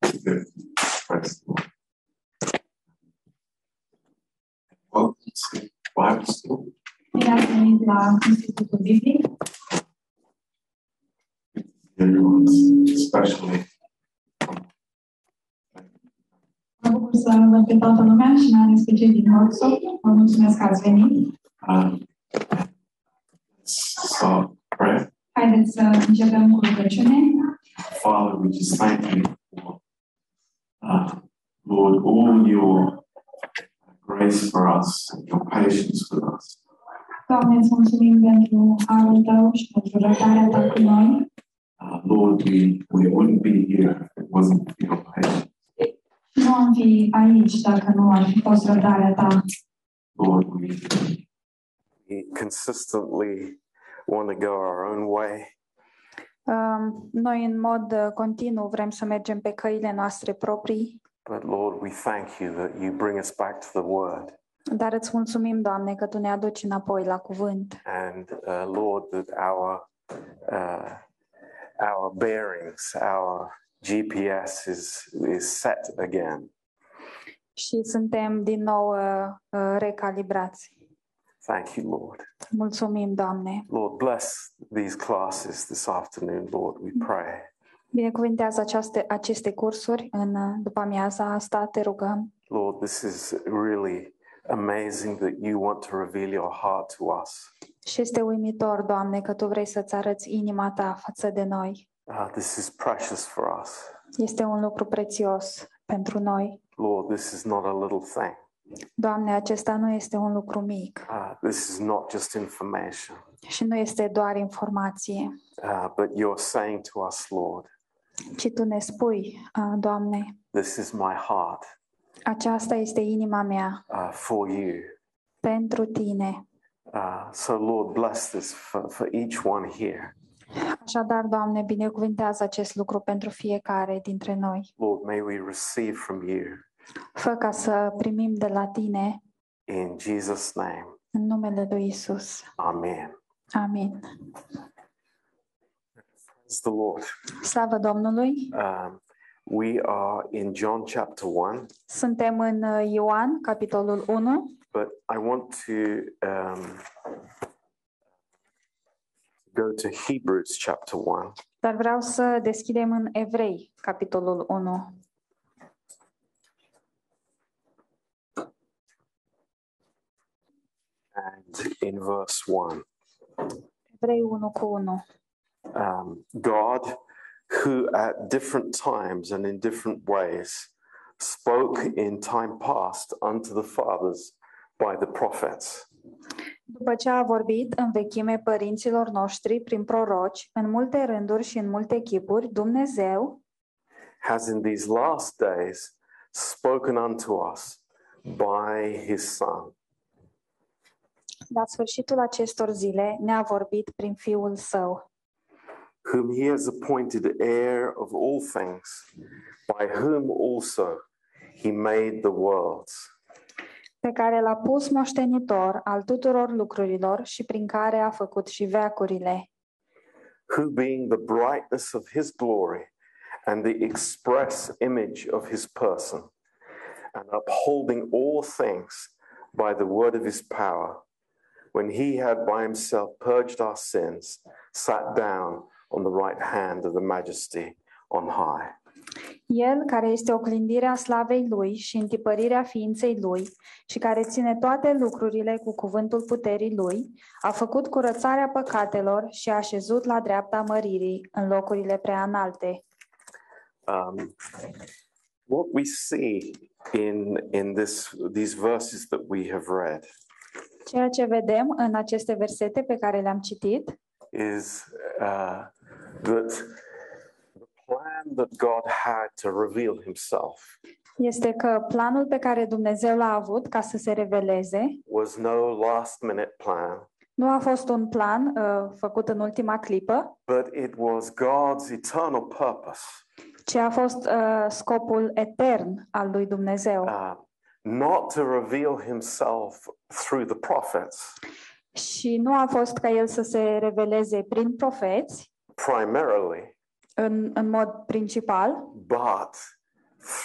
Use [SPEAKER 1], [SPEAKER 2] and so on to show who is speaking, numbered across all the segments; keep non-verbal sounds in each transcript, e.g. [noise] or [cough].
[SPEAKER 1] the first one. Welcome to Bible School.
[SPEAKER 2] Bine ați venit la Institutul Biblic.
[SPEAKER 1] Everyone's especially
[SPEAKER 2] Mă bucur să văd pe toată lumea și mai ales pe cei din workshop. Vă mulțumesc că ați venit.
[SPEAKER 1] um start prayer.
[SPEAKER 2] Haideți să începem cu rugăciune.
[SPEAKER 1] Father, we just thank you for uh, Lord, all your grace for us and your patience with us.
[SPEAKER 2] Doamne, îți mulțumim pentru harul Tău și pentru răbdarea Ta cu noi.
[SPEAKER 1] Uh, Lord, we, we wouldn't be here if it wasn't for your patience.
[SPEAKER 2] Nu am fi aici dacă nu ar fi fost răbdarea Ta.
[SPEAKER 1] Lord, we
[SPEAKER 3] we consistently want to go our own way.
[SPEAKER 4] Um, Noi în mod uh, continuu vrem să mergem pe căile noastre proprii,
[SPEAKER 3] But Lord, we thank you that you bring us back to the word.
[SPEAKER 4] dar îți mulțumim, Doamne, că Tu ne aduci înapoi la cuvânt
[SPEAKER 3] And uh, Lord, that our, uh, our bearings, our GPS is, is set again.
[SPEAKER 4] și suntem din nou uh, uh, recalibrați.
[SPEAKER 3] Thank you, Lord.
[SPEAKER 4] Mulțumim, Doamne!
[SPEAKER 3] Lord, bless these classes this afternoon, Lord, we pray.
[SPEAKER 4] Binecuvintează aceaste, aceste cursuri în uh, după amiaza asta, te rugăm.
[SPEAKER 3] Lord, this is really amazing that you want to reveal your heart to us.
[SPEAKER 4] Și este uimitor, Doamne, că Tu vrei să-ți arăți inima Ta față de noi.
[SPEAKER 3] Uh, this is precious for us.
[SPEAKER 4] Este un lucru prețios pentru noi.
[SPEAKER 3] Lord, this is not a little thing.
[SPEAKER 4] Doamne, acesta nu este un lucru mic
[SPEAKER 3] Uh, this is not just information,
[SPEAKER 4] și nu este doar informație.
[SPEAKER 3] uh, but you're saying to us, Lord,
[SPEAKER 4] ci tu ne spui, "A, Doamne,
[SPEAKER 3] this is my heart
[SPEAKER 4] aceasta este inima mea
[SPEAKER 3] uh, for you.
[SPEAKER 4] pentru tine.
[SPEAKER 3] Uh, so, Lord, bless this for, for each one here.
[SPEAKER 4] Așadar, Doamne, binecuvintează acest lucru pentru fiecare dintre noi.
[SPEAKER 3] Lord, may we receive from you
[SPEAKER 4] Fă ca să primim de la tine
[SPEAKER 3] in Jesus' name.
[SPEAKER 4] în numele lui Isus.
[SPEAKER 3] Amen.
[SPEAKER 4] Amin.
[SPEAKER 3] Praise the Lord.
[SPEAKER 4] Slavă Domnului!
[SPEAKER 3] Um, we are in John chapter 1,
[SPEAKER 4] Suntem în uh, Ioan, capitolul 1,
[SPEAKER 3] but I want to um, go to Hebrews chapter 1.
[SPEAKER 4] dar vreau să deschidem în Evrei, capitolul 1.
[SPEAKER 3] And in verse 1,
[SPEAKER 4] Evrei 1 cu 1.
[SPEAKER 3] um, God, who at different times and in different ways spoke in time past unto the fathers by the prophets,
[SPEAKER 4] După ce a vorbit în vechime părinților noștri prin proroci, în multe rânduri și în multe chipuri, Dumnezeu
[SPEAKER 3] has in these last days spoken unto us by his Son,
[SPEAKER 4] La sfârșitul acestor zile ne-a vorbit prin Fiul Său,
[SPEAKER 3] whom he has appointed heir of all things, by whom also he made the worlds.
[SPEAKER 4] pe care l-a pus moștenitor al tuturor lucrurilor și prin care a făcut și veacurile,
[SPEAKER 3] who being the brightness of his glory and the express image of his person, and upholding all things by the word of his power, when he had by himself purged our sins, sat down on the right hand of the majesty on high.
[SPEAKER 4] El care este oglindirea slavei Lui și întipărirea ființei Lui și care ține toate lucrurile cu cuvântul puterii Lui, a făcut curățarea păcatelor și a așezut la dreapta măririi în locurile prea înalte.
[SPEAKER 3] Um, what we see in, in this, these verses that we have read
[SPEAKER 4] Ceea ce vedem în aceste versete pe care le-am citit
[SPEAKER 3] is uh, that the plan that God had to reveal Himself
[SPEAKER 4] este că planul pe care Dumnezeu l-a avut ca să se reveleze
[SPEAKER 3] was no last minute plan,
[SPEAKER 4] nu a fost un plan uh, făcut în ultima clipă,
[SPEAKER 3] but it was God's eternal purpose,
[SPEAKER 4] ci a fost uh, scopul etern al lui Dumnezeu.
[SPEAKER 3] uh, not to reveal Himself through the prophets
[SPEAKER 4] Și nu a fost ca el să se reveleze prin profeți,
[SPEAKER 3] primarily,
[SPEAKER 4] în, în mod principal,
[SPEAKER 3] but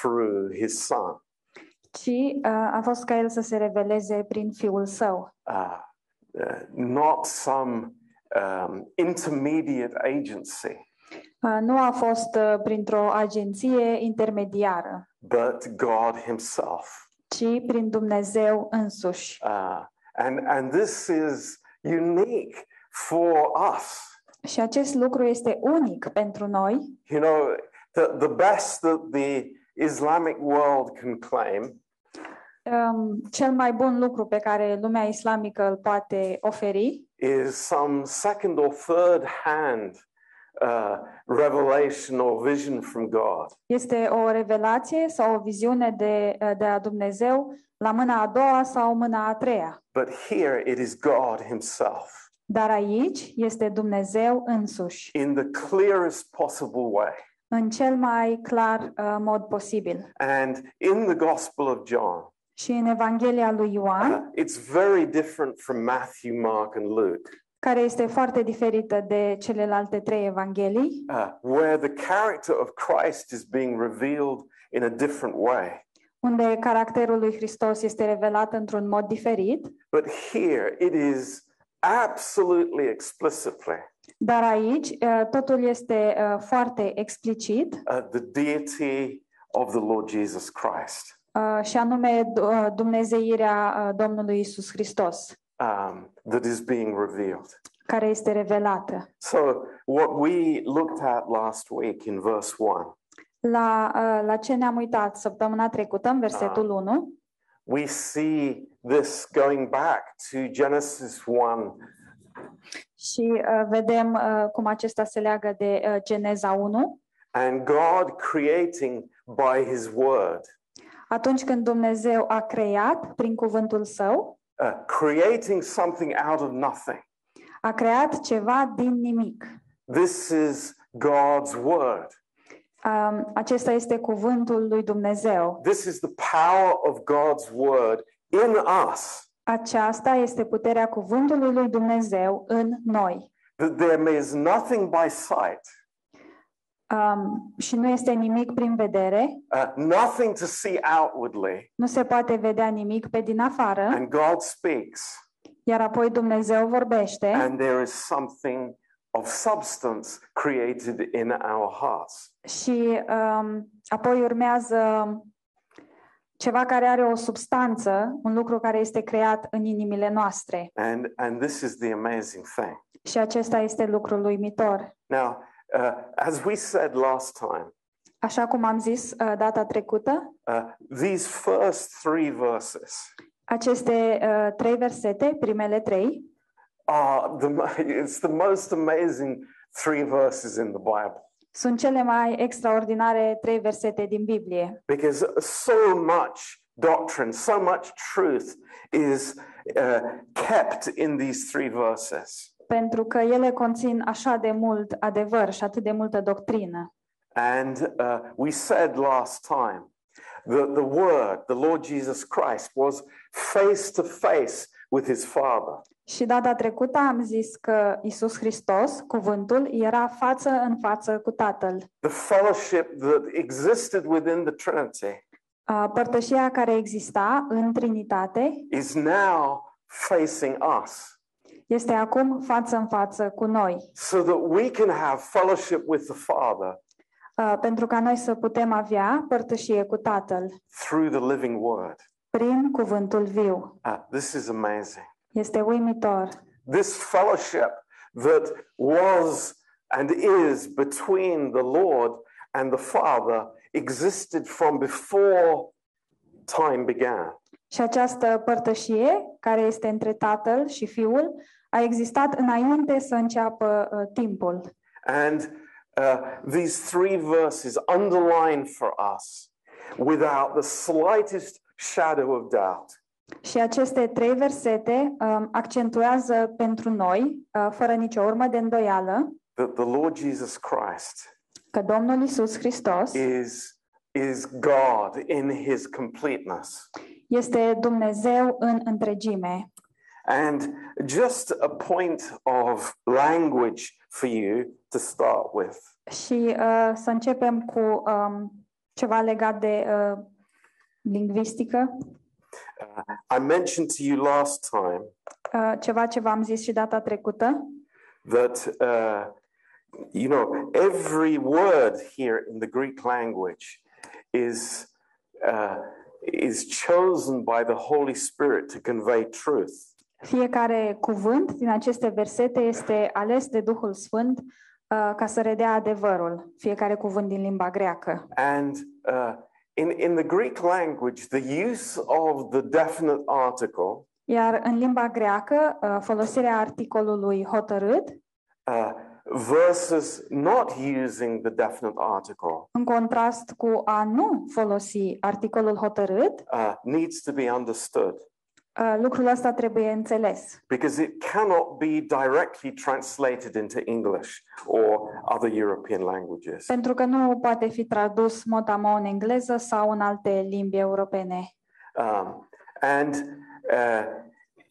[SPEAKER 3] through his son.
[SPEAKER 4] ci uh, a fost ca el să se reveleze prin Fiul Său.
[SPEAKER 3] Uh, uh, not some um, intermediate agency,
[SPEAKER 4] Uh, Nu a fost uh, printr-o agenție intermediară,
[SPEAKER 3] but God Himself.
[SPEAKER 4] ci prin Dumnezeu însuși.
[SPEAKER 3] Uh, and, and this is unique for us.
[SPEAKER 4] Și acest lucru este unic pentru noi.
[SPEAKER 3] You know, the, the best that the Islamic world can claim
[SPEAKER 4] Um, Cel mai bun lucru pe care lumea islamică îl poate oferi
[SPEAKER 3] is some second or third hand uh, revelation or vision from God.
[SPEAKER 4] este o revelație sau o viziune de, uh, de la Dumnezeu la mâna a doua sau mâna a treia.
[SPEAKER 3] But here it is God Himself
[SPEAKER 4] Dar aici este Dumnezeu însuși,
[SPEAKER 3] in the clearest possible way.
[SPEAKER 4] în cel mai clar uh, mod posibil.
[SPEAKER 3] And in the Gospel of John,
[SPEAKER 4] Și în Evanghelia lui
[SPEAKER 3] uh,
[SPEAKER 4] Ioan,
[SPEAKER 3] it's very different from Matthew, Mark, and Luke,
[SPEAKER 4] care este foarte diferită de celelalte trei evanghelii,
[SPEAKER 3] uh, where the character of Christ is being revealed in a different way.
[SPEAKER 4] unde caracterul lui Hristos este revelat într-un mod diferit,
[SPEAKER 3] But here it is absolutely explicitly
[SPEAKER 4] dar aici uh, totul este uh, foarte explicit
[SPEAKER 3] uh, the deity of the Lord Jesus Christ.
[SPEAKER 4] uh, și anume d- uh, dumnezeirea uh, Domnului Isus Hristos,
[SPEAKER 3] um, that is being revealed.
[SPEAKER 4] care este revelată.
[SPEAKER 3] So, what we looked at last week in verse 1,
[SPEAKER 4] La, uh, la ce ne-am uitat săptămâna trecută, în versetul 1,
[SPEAKER 3] we see this going back to Genesis 1
[SPEAKER 4] și uh, vedem uh, cum acesta se leagă de uh, Geneza 1,
[SPEAKER 3] and God creating by his word,
[SPEAKER 4] atunci când Dumnezeu a creat prin cuvântul său,
[SPEAKER 3] uh, creating something out of nothing.
[SPEAKER 4] a creat ceva din nimic.
[SPEAKER 3] This is God's word.
[SPEAKER 4] Um, Acesta este cuvântul lui Dumnezeu.
[SPEAKER 3] This is the power of God's word in us,
[SPEAKER 4] Aceasta este puterea cuvântului lui Dumnezeu în noi.
[SPEAKER 3] that there is nothing by sight,
[SPEAKER 4] Um, și nu este nimic prin vedere,
[SPEAKER 3] uh, nothing to see outwardly,
[SPEAKER 4] nu se poate vedea nimic pe din afară,
[SPEAKER 3] and God speaks.
[SPEAKER 4] iar apoi Dumnezeu vorbește
[SPEAKER 3] and there is something of substance created in our hearts.
[SPEAKER 4] și um, apoi urmează ceva care are o substanță, un lucru care este creat în inimile noastre.
[SPEAKER 3] And, and this is the amazing thing.
[SPEAKER 4] Și acesta este lucrul uimitor.
[SPEAKER 3] Now, uh, as we said last time,
[SPEAKER 4] Așa cum am zis uh, data trecută,
[SPEAKER 3] uh, these first three verses
[SPEAKER 4] aceste uh, trei versete, primele trei,
[SPEAKER 3] are the, mo- [laughs] it's the most amazing three verses in the Bible
[SPEAKER 4] sunt cele mai extraordinare trei versete din Biblie,
[SPEAKER 3] because so much doctrine, so much truth is uh, kept in these three verses.
[SPEAKER 4] pentru că ele conțin așa de mult adevăr și atât de multă doctrină.
[SPEAKER 3] And uh, we said last time that the Word, the Lord Jesus Christ, was face to face with his Father.
[SPEAKER 4] Și data trecută am zis că Isus Hristos, cuvântul, era față în față cu Tatăl.
[SPEAKER 3] The fellowship that existed within the Trinity
[SPEAKER 4] Uh, Părtășia care exista în Trinitate
[SPEAKER 3] is now facing us
[SPEAKER 4] este acum față în față cu noi,
[SPEAKER 3] so that we can have fellowship with the Father
[SPEAKER 4] uh, pentru ca noi să putem avea părtășie cu Tatăl
[SPEAKER 3] through the living Word.
[SPEAKER 4] prin cuvântul viu.
[SPEAKER 3] Uh, this is amazing.
[SPEAKER 4] Este uimitor.
[SPEAKER 3] This fellowship that was and is between the Lord and the Father existed from before time began.
[SPEAKER 4] Și această părtășie, care este între Tatăl și Fiul, a existat înainte să înceapă uh, timpul.
[SPEAKER 3] And uh, these three verses underline for us without the slightest shadow of doubt
[SPEAKER 4] Și aceste trei versete um, accentuează pentru noi, uh, fără nicio urmă de îndoială,
[SPEAKER 3] that the Lord Jesus Christ
[SPEAKER 4] că Domnul Isus Hristos
[SPEAKER 3] is, is God in his completeness.
[SPEAKER 4] este Dumnezeu în întregime.
[SPEAKER 3] And just a point of language for you to start with.
[SPEAKER 4] Și uh, să începem cu um, ceva legat de uh, lingvistică,
[SPEAKER 3] I mentioned to you last time
[SPEAKER 4] uh, ceva ce v-am zis și data trecută,
[SPEAKER 3] that, uh, you know, every word here in the Greek language is, uh, is chosen by the Holy Spirit to convey truth.
[SPEAKER 4] fiecare cuvânt din aceste versete este ales de Duhul Sfânt uh, ca să redea adevărul, fiecare cuvânt din limba greacă.
[SPEAKER 3] And uh, in, in the Greek language, the use of the definite article
[SPEAKER 4] Iar în limba greacă, uh, folosirea articolului hotărât,
[SPEAKER 3] uh, versus not using the definite article
[SPEAKER 4] în contrast cu a nu folosi articolul hotărât,
[SPEAKER 3] uh, needs to be understood
[SPEAKER 4] uh, lucrul ăsta trebuie înțeles,
[SPEAKER 3] because it cannot be directly translated into English or other European languages.
[SPEAKER 4] pentru că nu poate fi tradus motamo în engleză sau în alte limbi europene.
[SPEAKER 3] Um, and uh,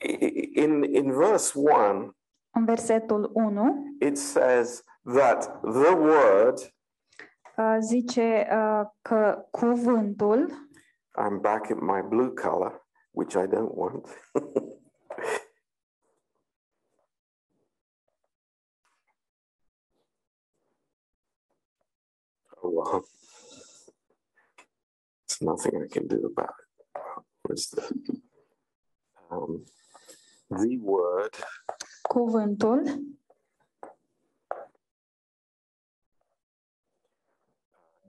[SPEAKER 3] i- i- in, in verse 1,
[SPEAKER 4] În versetul 1
[SPEAKER 3] it says that the word,
[SPEAKER 4] uh, zice uh, că cuvântul,
[SPEAKER 3] I'm back at my blue color, which I don't want. [laughs] Oh, Oh, well. There's nothing I can do about it. Where's the, um, the word
[SPEAKER 4] cuvântul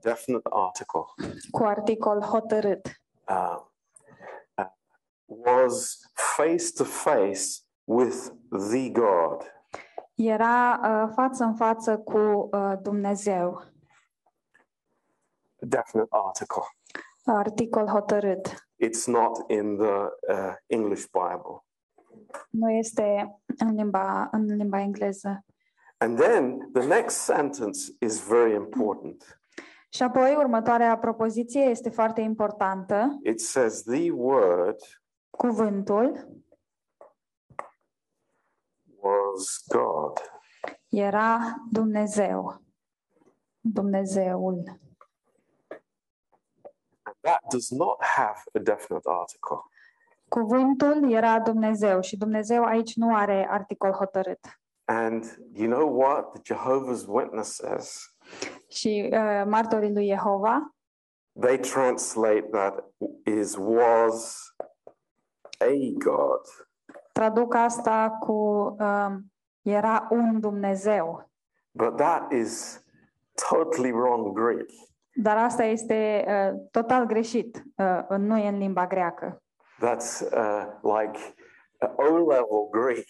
[SPEAKER 3] definite article
[SPEAKER 4] cu articol hotărât
[SPEAKER 3] uh, uh, was face to face with the God.
[SPEAKER 4] era uh, față în față cu uh, Dumnezeu,
[SPEAKER 3] Definite article.
[SPEAKER 4] articol hotărât.
[SPEAKER 3] It's not in the uh, English Bible.
[SPEAKER 4] Nu este în limba, în limba engleză.
[SPEAKER 3] And then the next sentence is very important.
[SPEAKER 4] Și apoi următoarea propoziție este foarte importantă.
[SPEAKER 3] It says, The Word
[SPEAKER 4] Cuvântul
[SPEAKER 3] was God.
[SPEAKER 4] era Dumnezeu. Dumnezeul.
[SPEAKER 3] And that does not have a definite article.
[SPEAKER 4] Cuvântul era Dumnezeu și Dumnezeu aici nu are articol hotărât.
[SPEAKER 3] And you know what? The Jehovah's Witnesses,
[SPEAKER 4] Și uh, martorii lui Jehova
[SPEAKER 3] they translate that is was a God.
[SPEAKER 4] traduc asta cu uh, era un Dumnezeu.
[SPEAKER 3] But that is totally wrong Greek.
[SPEAKER 4] Dar asta este uh, total greșit, uh, nu e în limba greacă.
[SPEAKER 3] That's uh, like O level Greek,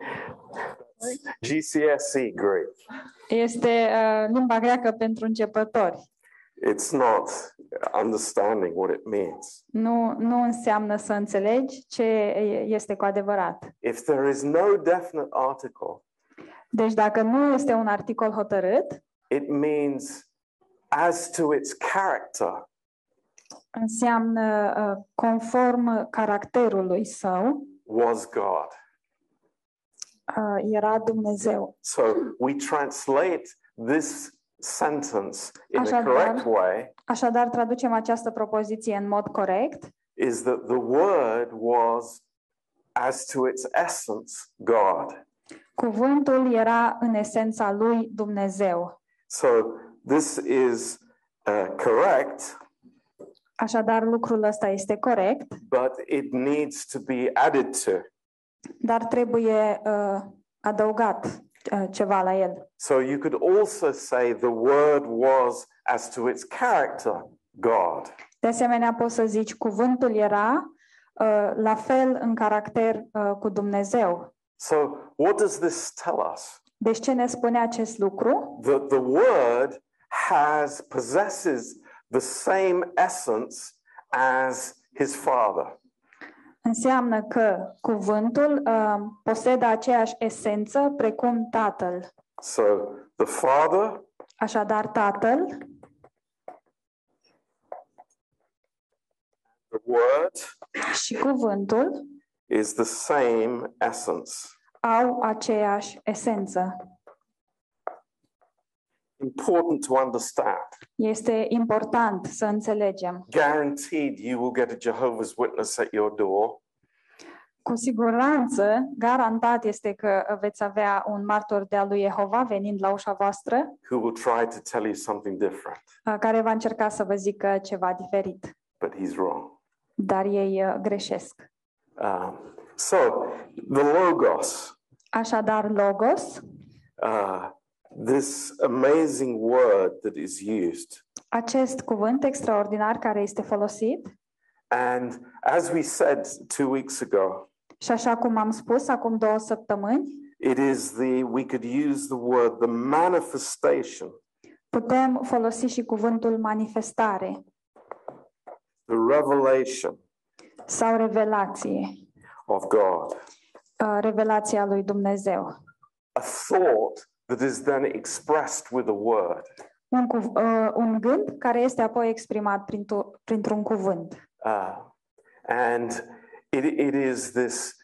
[SPEAKER 3] That's GCSE E Greek.
[SPEAKER 4] Este uh, limba greacă pentru începători.
[SPEAKER 3] It's not understanding what it means.
[SPEAKER 4] Nu, nu înseamnă să înțelegi ce e- este cu adevărat.
[SPEAKER 3] If there is no definite article,
[SPEAKER 4] Deci dacă nu este un articol hotărât,
[SPEAKER 3] it means as to its character,
[SPEAKER 4] înseamnă uh, conform caracterului său,
[SPEAKER 3] was God.
[SPEAKER 4] uh, era Dumnezeu.
[SPEAKER 3] So we translate this sentence in the
[SPEAKER 4] Așadar-
[SPEAKER 3] correct way
[SPEAKER 4] Așadar, traducem această propoziție în mod corect.
[SPEAKER 3] is that the word was, as to its essence, God.
[SPEAKER 4] Cuvântul era în esența lui Dumnezeu.
[SPEAKER 3] So this is uh, correct,
[SPEAKER 4] Așadar, lucrul ăsta este corect,
[SPEAKER 3] but it needs to be added to.
[SPEAKER 4] dar trebuie uh, adăugat uh, ceva la el.
[SPEAKER 3] So you could also say the word was, as to its character, God.
[SPEAKER 4] De asemenea, poți să zici, cuvântul era uh, la fel în caracter uh, cu Dumnezeu.
[SPEAKER 3] So what does this tell us?
[SPEAKER 4] Deci ce ne spune acest lucru?
[SPEAKER 3] That the word has possesses the same essence as his father.
[SPEAKER 4] Înseamnă că cuvântul uh, posedă aceeași esență precum Tatăl.
[SPEAKER 3] So the father
[SPEAKER 4] Așadar, Tatăl,
[SPEAKER 3] The word
[SPEAKER 4] și cuvântul
[SPEAKER 3] is the same essence.
[SPEAKER 4] au aceeași esență.
[SPEAKER 3] In important to understand.
[SPEAKER 4] Este important să înțelegem.
[SPEAKER 3] Guaranteed, you will get a Jehovah's Witness at your door.
[SPEAKER 4] Cu siguranță, garantat este că veți avea un martor de-a lui Jehova venind la ușa voastră,
[SPEAKER 3] who will try to tell you something different,
[SPEAKER 4] uh, care va încerca să vă zică ceva diferit,
[SPEAKER 3] but he's wrong.
[SPEAKER 4] dar ei uh, greșesc.
[SPEAKER 3] Um, so, the Logos,
[SPEAKER 4] Așadar, logos,
[SPEAKER 3] uh, this amazing word that is used.
[SPEAKER 4] acest cuvânt extraordinar care este folosit,
[SPEAKER 3] And as we said two weeks ago,
[SPEAKER 4] și așa cum am spus acum două săptămâni,
[SPEAKER 3] it is the, we could use the word, the manifestation,
[SPEAKER 4] putem folosi și cuvântul manifestare
[SPEAKER 3] the revelation
[SPEAKER 4] sau revelație,
[SPEAKER 3] of God.
[SPEAKER 4] uh, revelația lui Dumnezeu.
[SPEAKER 3] A thought that is then expressed with a word.
[SPEAKER 4] Un, cuv- uh, un gând care este apoi exprimat printr- printr-un cuvânt.
[SPEAKER 3] Uh, and it, it is this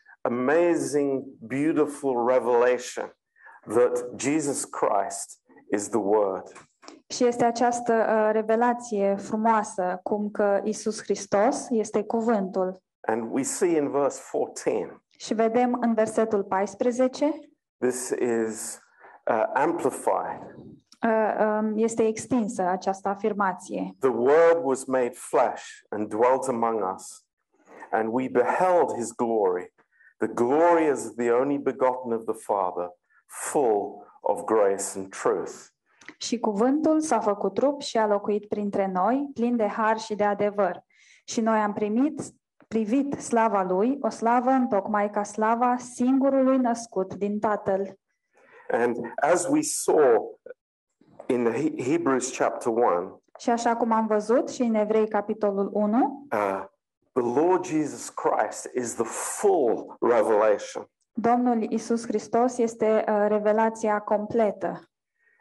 [SPEAKER 3] amazing, beautiful revelation that Jesus Christ is the Word.
[SPEAKER 4] Și este această uh, revelație frumoasă, cum că Isus Hristos este cuvântul.
[SPEAKER 3] And we see in verse 14,
[SPEAKER 4] Și vedem în versetul 14, uh,
[SPEAKER 3] this is uh, amplified.
[SPEAKER 4] um, este extinsă această afirmație.
[SPEAKER 3] The Word was made flesh and dwelt among us, and we beheld his glory. The glory is the only begotten of the Father, full of grace and truth.
[SPEAKER 4] Și cuvântul s-a făcut trup și a locuit printre noi, plin de har și de adevăr. Și noi am primit, privit slava lui, o slavă întocmai ca slava singurului născut din Tatăl.
[SPEAKER 3] And as we saw in the He- Hebrews chapter 1,
[SPEAKER 4] Și așa cum am văzut și în Evrei, capitolul 1,
[SPEAKER 3] uh, the Lord Jesus Christ is the full revelation.
[SPEAKER 4] Domnul Isus Hristos este uh, revelația completă.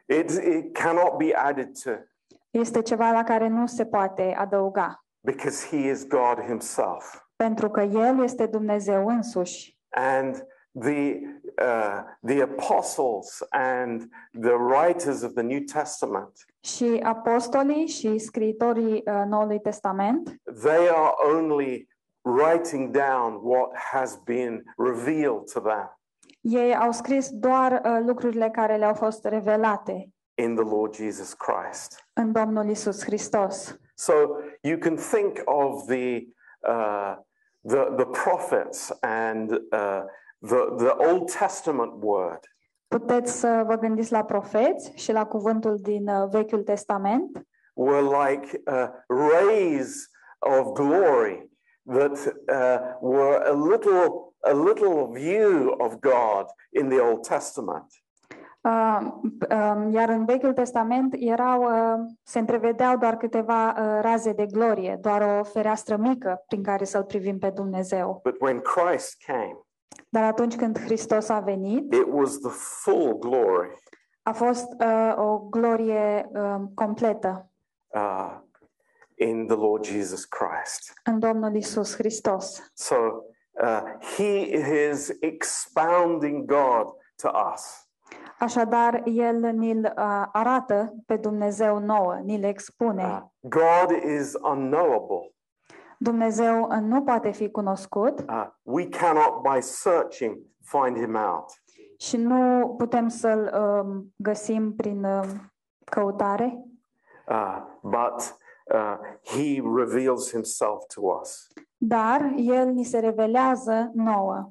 [SPEAKER 3] It, it cannot be added to
[SPEAKER 4] Este ceva la care nu se poate adăuga,
[SPEAKER 3] because he is God himself.
[SPEAKER 4] pentru că El este Dumnezeu însuși.
[SPEAKER 3] And the, uh, the apostles and the writers of the New Testament,
[SPEAKER 4] Și apostolii și scriitorii uh, Noului Testament
[SPEAKER 3] they are only writing down what has been revealed to them
[SPEAKER 4] Ei au scris doar uh, lucrurile care le-au fost revelate
[SPEAKER 3] in the Lord Jesus Christ.
[SPEAKER 4] în Domnul Isus Hristos.
[SPEAKER 3] So you can think of the uh, the, the prophets and uh, the the Old Testament word
[SPEAKER 4] Puteți să vă gândiți la profeți și la cuvântul din uh, Vechiul Testament.
[SPEAKER 3] were like uh, rays of glory that uh, were a little a little view of God in the Old Testament,
[SPEAKER 4] Uh, p- um, Iar în Vechiul Testament erau, uh, se întrevedeau doar câteva uh, raze de glorie, doar o fereastră mică prin care să-L privim pe Dumnezeu.
[SPEAKER 3] but when Christ came,
[SPEAKER 4] Dar atunci când Hristos a venit,
[SPEAKER 3] it was the full glory.
[SPEAKER 4] a fost uh, o glorie uh, completă
[SPEAKER 3] Uh, in the Lord Jesus Christ.
[SPEAKER 4] în Domnul Isus Hristos.
[SPEAKER 3] So uh, he is expounding God to us.
[SPEAKER 4] Așadar, el ni-l uh, arată pe Dumnezeu nouă, ni-l
[SPEAKER 3] Uh,
[SPEAKER 4] expune.
[SPEAKER 3] God is unknowable.
[SPEAKER 4] Dumnezeu uh, nu poate fi cunoscut
[SPEAKER 3] Uh, we cannot, by searching, find him out.
[SPEAKER 4] și nu putem să-l um, găsim prin um, căutare,
[SPEAKER 3] Uh, but uh, he reveals himself to us.
[SPEAKER 4] dar el ni se revelează nouă.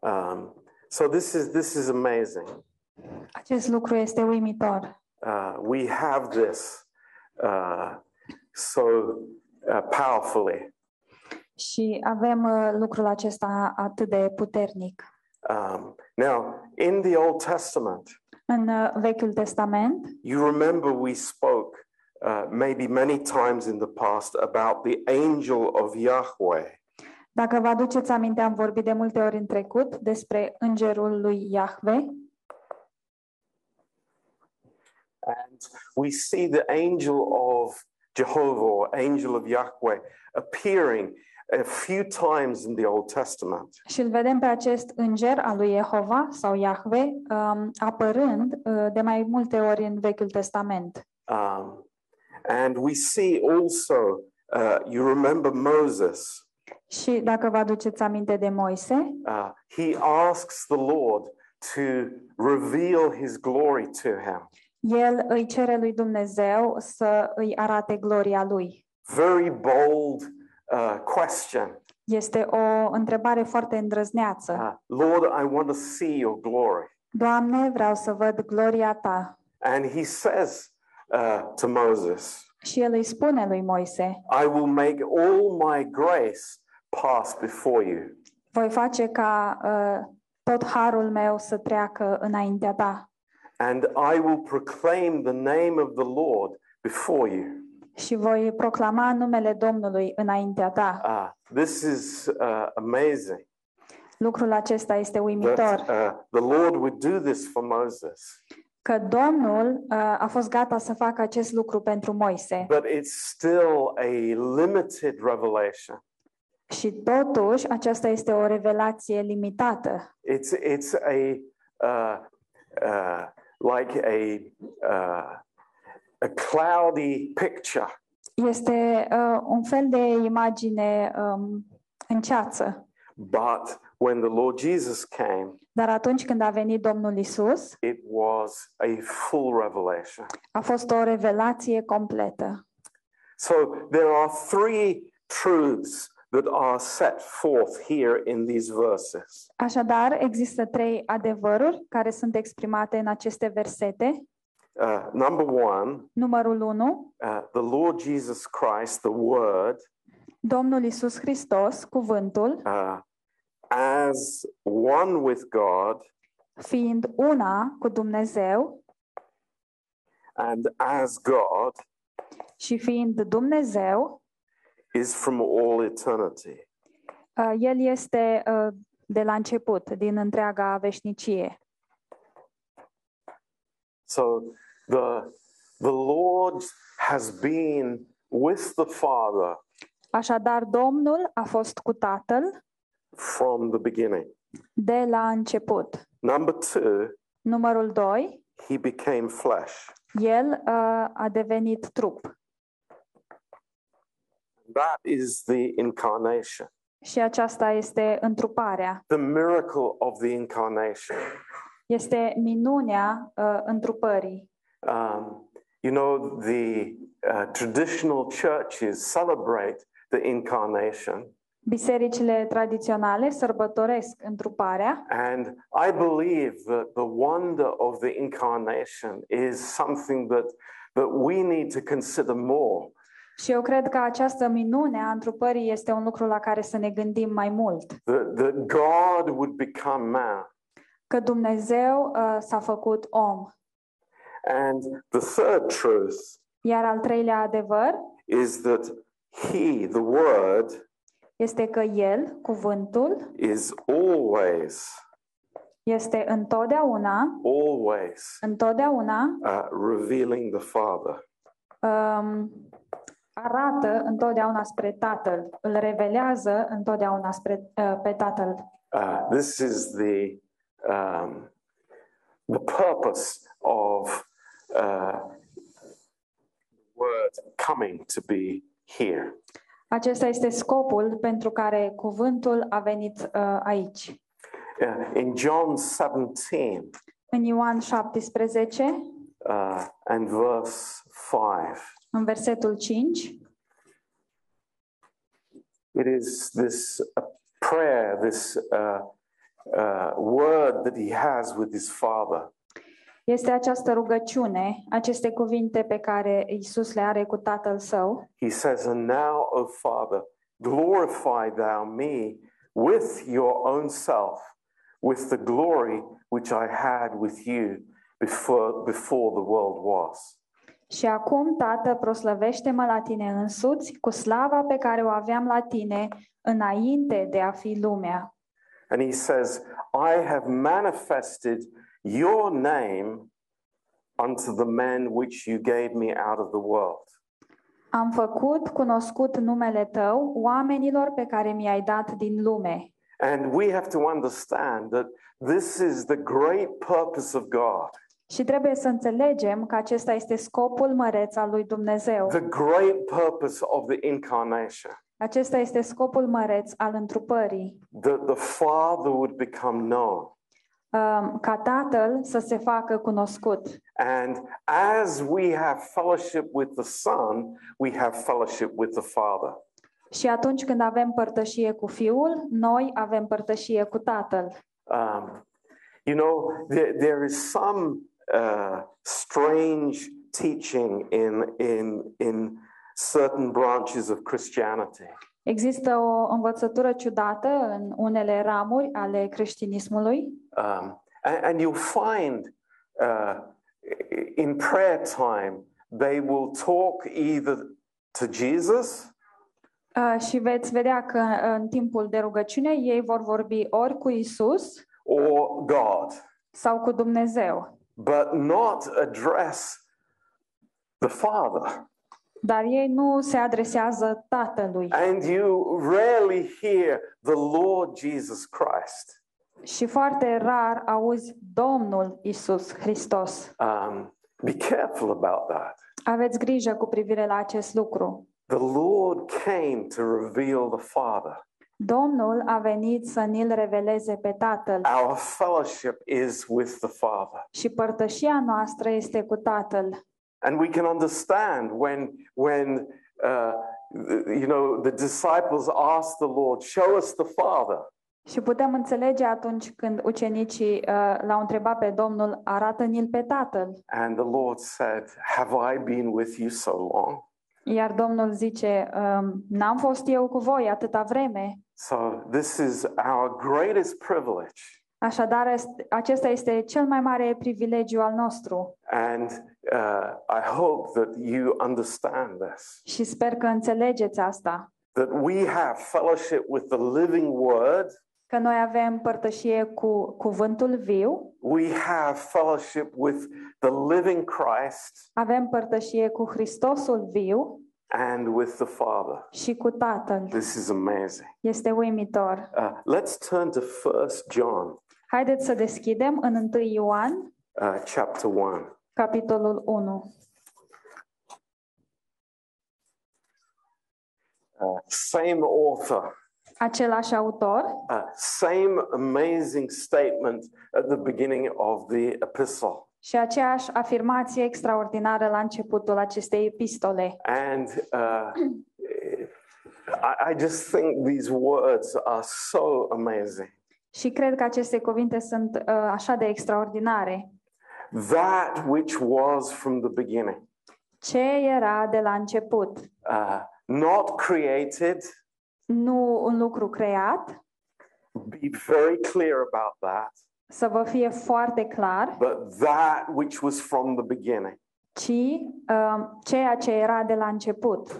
[SPEAKER 3] Um, so this is this is amazing.
[SPEAKER 4] Acest lucru este uimitor.
[SPEAKER 3] Uh, we have this uh, so uh, powerfully.
[SPEAKER 4] Și avem uh, lucrul acesta atât de puternic.
[SPEAKER 3] Um, now, in the Old Testament,
[SPEAKER 4] În uh, Vechiul Testament
[SPEAKER 3] You remember we spoke uh, maybe many times in the past about the angel of Yahweh.
[SPEAKER 4] Dacă vă aduceți aminte, am vorbit de multe ori în trecut despre îngerul lui Iahve.
[SPEAKER 3] And we see the angel of Jehovah or angel of Yahweh appearing a few times in the Old Testament.
[SPEAKER 4] Și îl vedem pe acest înger al lui Jehova sau Iahve um, apărând uh, de mai multe ori în Vechiul Testament.
[SPEAKER 3] Um, and we see also, uh, you remember Moses,
[SPEAKER 4] Și dacă vă aduceți aminte de Moise,
[SPEAKER 3] uh, he asks the Lord to reveal his glory to him.
[SPEAKER 4] el îi cere lui Dumnezeu să îi arate gloria lui.
[SPEAKER 3] Very bold uh, question.
[SPEAKER 4] Este o întrebare foarte îndrăzneață.
[SPEAKER 3] Uh, Lord, I want to see your glory.
[SPEAKER 4] Doamne, vreau să văd gloria ta.
[SPEAKER 3] And he says uh, to Moses,
[SPEAKER 4] Și el îi spune lui Moise,
[SPEAKER 3] I will make all my grace pass before you.
[SPEAKER 4] voi face ca uh, tot harul meu să treacă înaintea ta
[SPEAKER 3] and I will proclaim the name of the Lord before you.
[SPEAKER 4] și voi proclama numele Domnului înaintea ta.
[SPEAKER 3] Ah, this is uh, amazing
[SPEAKER 4] Lucrul acesta este
[SPEAKER 3] that
[SPEAKER 4] uimitor,
[SPEAKER 3] uh, the Lord would do this for Moses,
[SPEAKER 4] că Domnul uh, a fost gata să facă acest lucru pentru Moise.
[SPEAKER 3] but it's still a limited revelation.
[SPEAKER 4] Și totuși, aceasta este o revelație limitată.
[SPEAKER 3] It's it's a uh, uh, like a uh, a cloudy picture.
[SPEAKER 4] Este uh, un fel de imagine um, în ceață.
[SPEAKER 3] But when the Lord Jesus came,
[SPEAKER 4] Dar atunci când a venit Domnul Isus,
[SPEAKER 3] it was a full revelation.
[SPEAKER 4] a fost o revelație completă.
[SPEAKER 3] So there are three truths that are set forth here in these verses.
[SPEAKER 4] Așadar, există trei adevăruri care sunt exprimate în aceste versete.
[SPEAKER 3] Uh, number one,
[SPEAKER 4] Numărul 1,
[SPEAKER 3] uh, the Lord Jesus Christ, the Word,
[SPEAKER 4] Domnul Isus Hristos, cuvântul,
[SPEAKER 3] uh, as one with God
[SPEAKER 4] fiind una cu Dumnezeu
[SPEAKER 3] and as God,
[SPEAKER 4] și fiind Dumnezeu,
[SPEAKER 3] is from all eternity.
[SPEAKER 4] uh, El este uh, de la început, din întreaga veșnicie.
[SPEAKER 3] So the, the Lord has been with the Father
[SPEAKER 4] Așadar, Domnul a fost cu Tatăl
[SPEAKER 3] from the beginning.
[SPEAKER 4] de la început.
[SPEAKER 3] Number two,
[SPEAKER 4] Numărul 2,
[SPEAKER 3] he became flesh.
[SPEAKER 4] El uh, a devenit trup
[SPEAKER 3] That is the incarnation,
[SPEAKER 4] și aceasta este întruparea.
[SPEAKER 3] the miracle of the incarnation.
[SPEAKER 4] este minunea uh, întrupării.
[SPEAKER 3] Um, you know, the uh, traditional churches celebrate the incarnation,
[SPEAKER 4] Bisericile tradiționale sărbătoresc întruparea
[SPEAKER 3] and I believe that the wonder of the incarnation is something that, that we need to consider more.
[SPEAKER 4] și eu cred că această minune a întrupării este un lucru la care să ne gândim mai mult.
[SPEAKER 3] That, that God would become man.
[SPEAKER 4] Că Dumnezeu uh, s-a făcut om.
[SPEAKER 3] And the third truth
[SPEAKER 4] Iar al treilea adevăr
[SPEAKER 3] is that He, the Word,
[SPEAKER 4] este că El, cuvântul,
[SPEAKER 3] is always,
[SPEAKER 4] este întotdeauna,
[SPEAKER 3] always
[SPEAKER 4] întotdeauna
[SPEAKER 3] uh, revealing the Father.
[SPEAKER 4] um, arată întotdeauna spre Tatăl, îl revelează întotdeauna spre, uh, pe Tatăl.
[SPEAKER 3] Uh, this is the um, the purpose of uh, the word coming to be here.
[SPEAKER 4] Acesta este scopul pentru care cuvântul a venit uh, aici.
[SPEAKER 3] Uh, in John 17
[SPEAKER 4] În Ioan 17,
[SPEAKER 3] uh, and verse 5,
[SPEAKER 4] în versetul 5,
[SPEAKER 3] it is this uh, prayer, this uh, uh, word that he has with his father.
[SPEAKER 4] este această rugăciune, aceste cuvinte pe care Isus le are cu Tatăl Său.
[SPEAKER 3] He says, And now, O Father, glorify thou me with your own self, with the glory which I had with you before, before the world was.
[SPEAKER 4] Și acum, Tată, proslăvește-mă la tine însuți cu slava pe care o aveam la tine înainte de a fi lumea.
[SPEAKER 3] And he says, I have manifested your name unto the men which you gave me out of the world.
[SPEAKER 4] Am făcut cunoscut numele tău oamenilor pe care mi-ai dat din lume.
[SPEAKER 3] And we have to understand that this is the great purpose of God,
[SPEAKER 4] Și trebuie să înțelegem că acesta este scopul măreț al lui Dumnezeu.
[SPEAKER 3] the great purpose of the incarnation,
[SPEAKER 4] Acesta este scopul măreț al întrupării,
[SPEAKER 3] that the Father would become known.
[SPEAKER 4] um, ca Tatăl să se facă cunoscut.
[SPEAKER 3] And as we have fellowship with the Son, we have fellowship with the Father.
[SPEAKER 4] Și atunci când avem părtășie cu Fiul, noi avem părtășie cu Tatăl.
[SPEAKER 3] Um, you know, there, there is some uh, strange teaching in, in, in certain branches of Christianity.
[SPEAKER 4] Există o învățătură ciudată în unele ramuri ale creștinismului
[SPEAKER 3] Um, and, and you'll find uh, in prayer time, they will talk either to Jesus
[SPEAKER 4] uh, și veți vedea că uh, în timpul de rugăciune ei vor vorbi ori cu Isus
[SPEAKER 3] or God,
[SPEAKER 4] sau cu Dumnezeu,
[SPEAKER 3] but not address the Father.
[SPEAKER 4] dar ei nu se adresează Tatălui
[SPEAKER 3] And you rarely hear the Lord Jesus Christ.
[SPEAKER 4] și foarte rar auzi Domnul Isus Hristos.
[SPEAKER 3] Um, be careful about that.
[SPEAKER 4] Aveți grijă cu privire la acest lucru.
[SPEAKER 3] The Lord came to reveal the Father.
[SPEAKER 4] Domnul a venit să ne-l reveleze pe Tatăl.
[SPEAKER 3] Our fellowship is with the Father.
[SPEAKER 4] și părtășia noastră este cu Tatăl.
[SPEAKER 3] And we can understand when, when uh, you know, the disciples asked the Lord, show us the Father.
[SPEAKER 4] Și putem înțelege atunci când ucenicii uh, l-au întrebat pe Domnul, arată-ni-l pe Tatăl.
[SPEAKER 3] And the Lord said, have I been with you so long?
[SPEAKER 4] Iar Domnul zice, um, n-am fost eu cu voi atâta vreme.
[SPEAKER 3] So this is our greatest privilege.
[SPEAKER 4] Așadar, est- acesta este cel mai mare privilegiu al nostru
[SPEAKER 3] And uh, I hope that you understand this
[SPEAKER 4] și sper că înțelegeți asta,
[SPEAKER 3] that we have fellowship with the living word,
[SPEAKER 4] că noi avem părtășie cu cuvântul viu,
[SPEAKER 3] we have fellowship with the living Christ,
[SPEAKER 4] avem părtășie cu Hristosul viu
[SPEAKER 3] and with the Father.
[SPEAKER 4] și cu Tatăl.
[SPEAKER 3] This is amazing.
[SPEAKER 4] Este uimitor.
[SPEAKER 3] Uh, let's turn to First John
[SPEAKER 4] Haideți să deschidem în 1 Ioan
[SPEAKER 3] uh, chapter 1.
[SPEAKER 4] capitolul 1.
[SPEAKER 3] Uh, same author,
[SPEAKER 4] Același autor,
[SPEAKER 3] uh, same amazing statement at the beginning of the epistle.
[SPEAKER 4] și aceeași afirmație extraordinară la începutul acestei epistole.
[SPEAKER 3] And uh, I, I just think these words are so amazing.
[SPEAKER 4] Și cred că aceste cuvinte sunt uh, așa de extraordinare.
[SPEAKER 3] That which was from the beginning,
[SPEAKER 4] Ce era de la început?
[SPEAKER 3] uh, not created,
[SPEAKER 4] Nu un lucru creat,
[SPEAKER 3] be very clear about that,
[SPEAKER 4] să vă fie foarte clar,
[SPEAKER 3] but that which was from the beginning,
[SPEAKER 4] ci uh, ceea ce era de la început.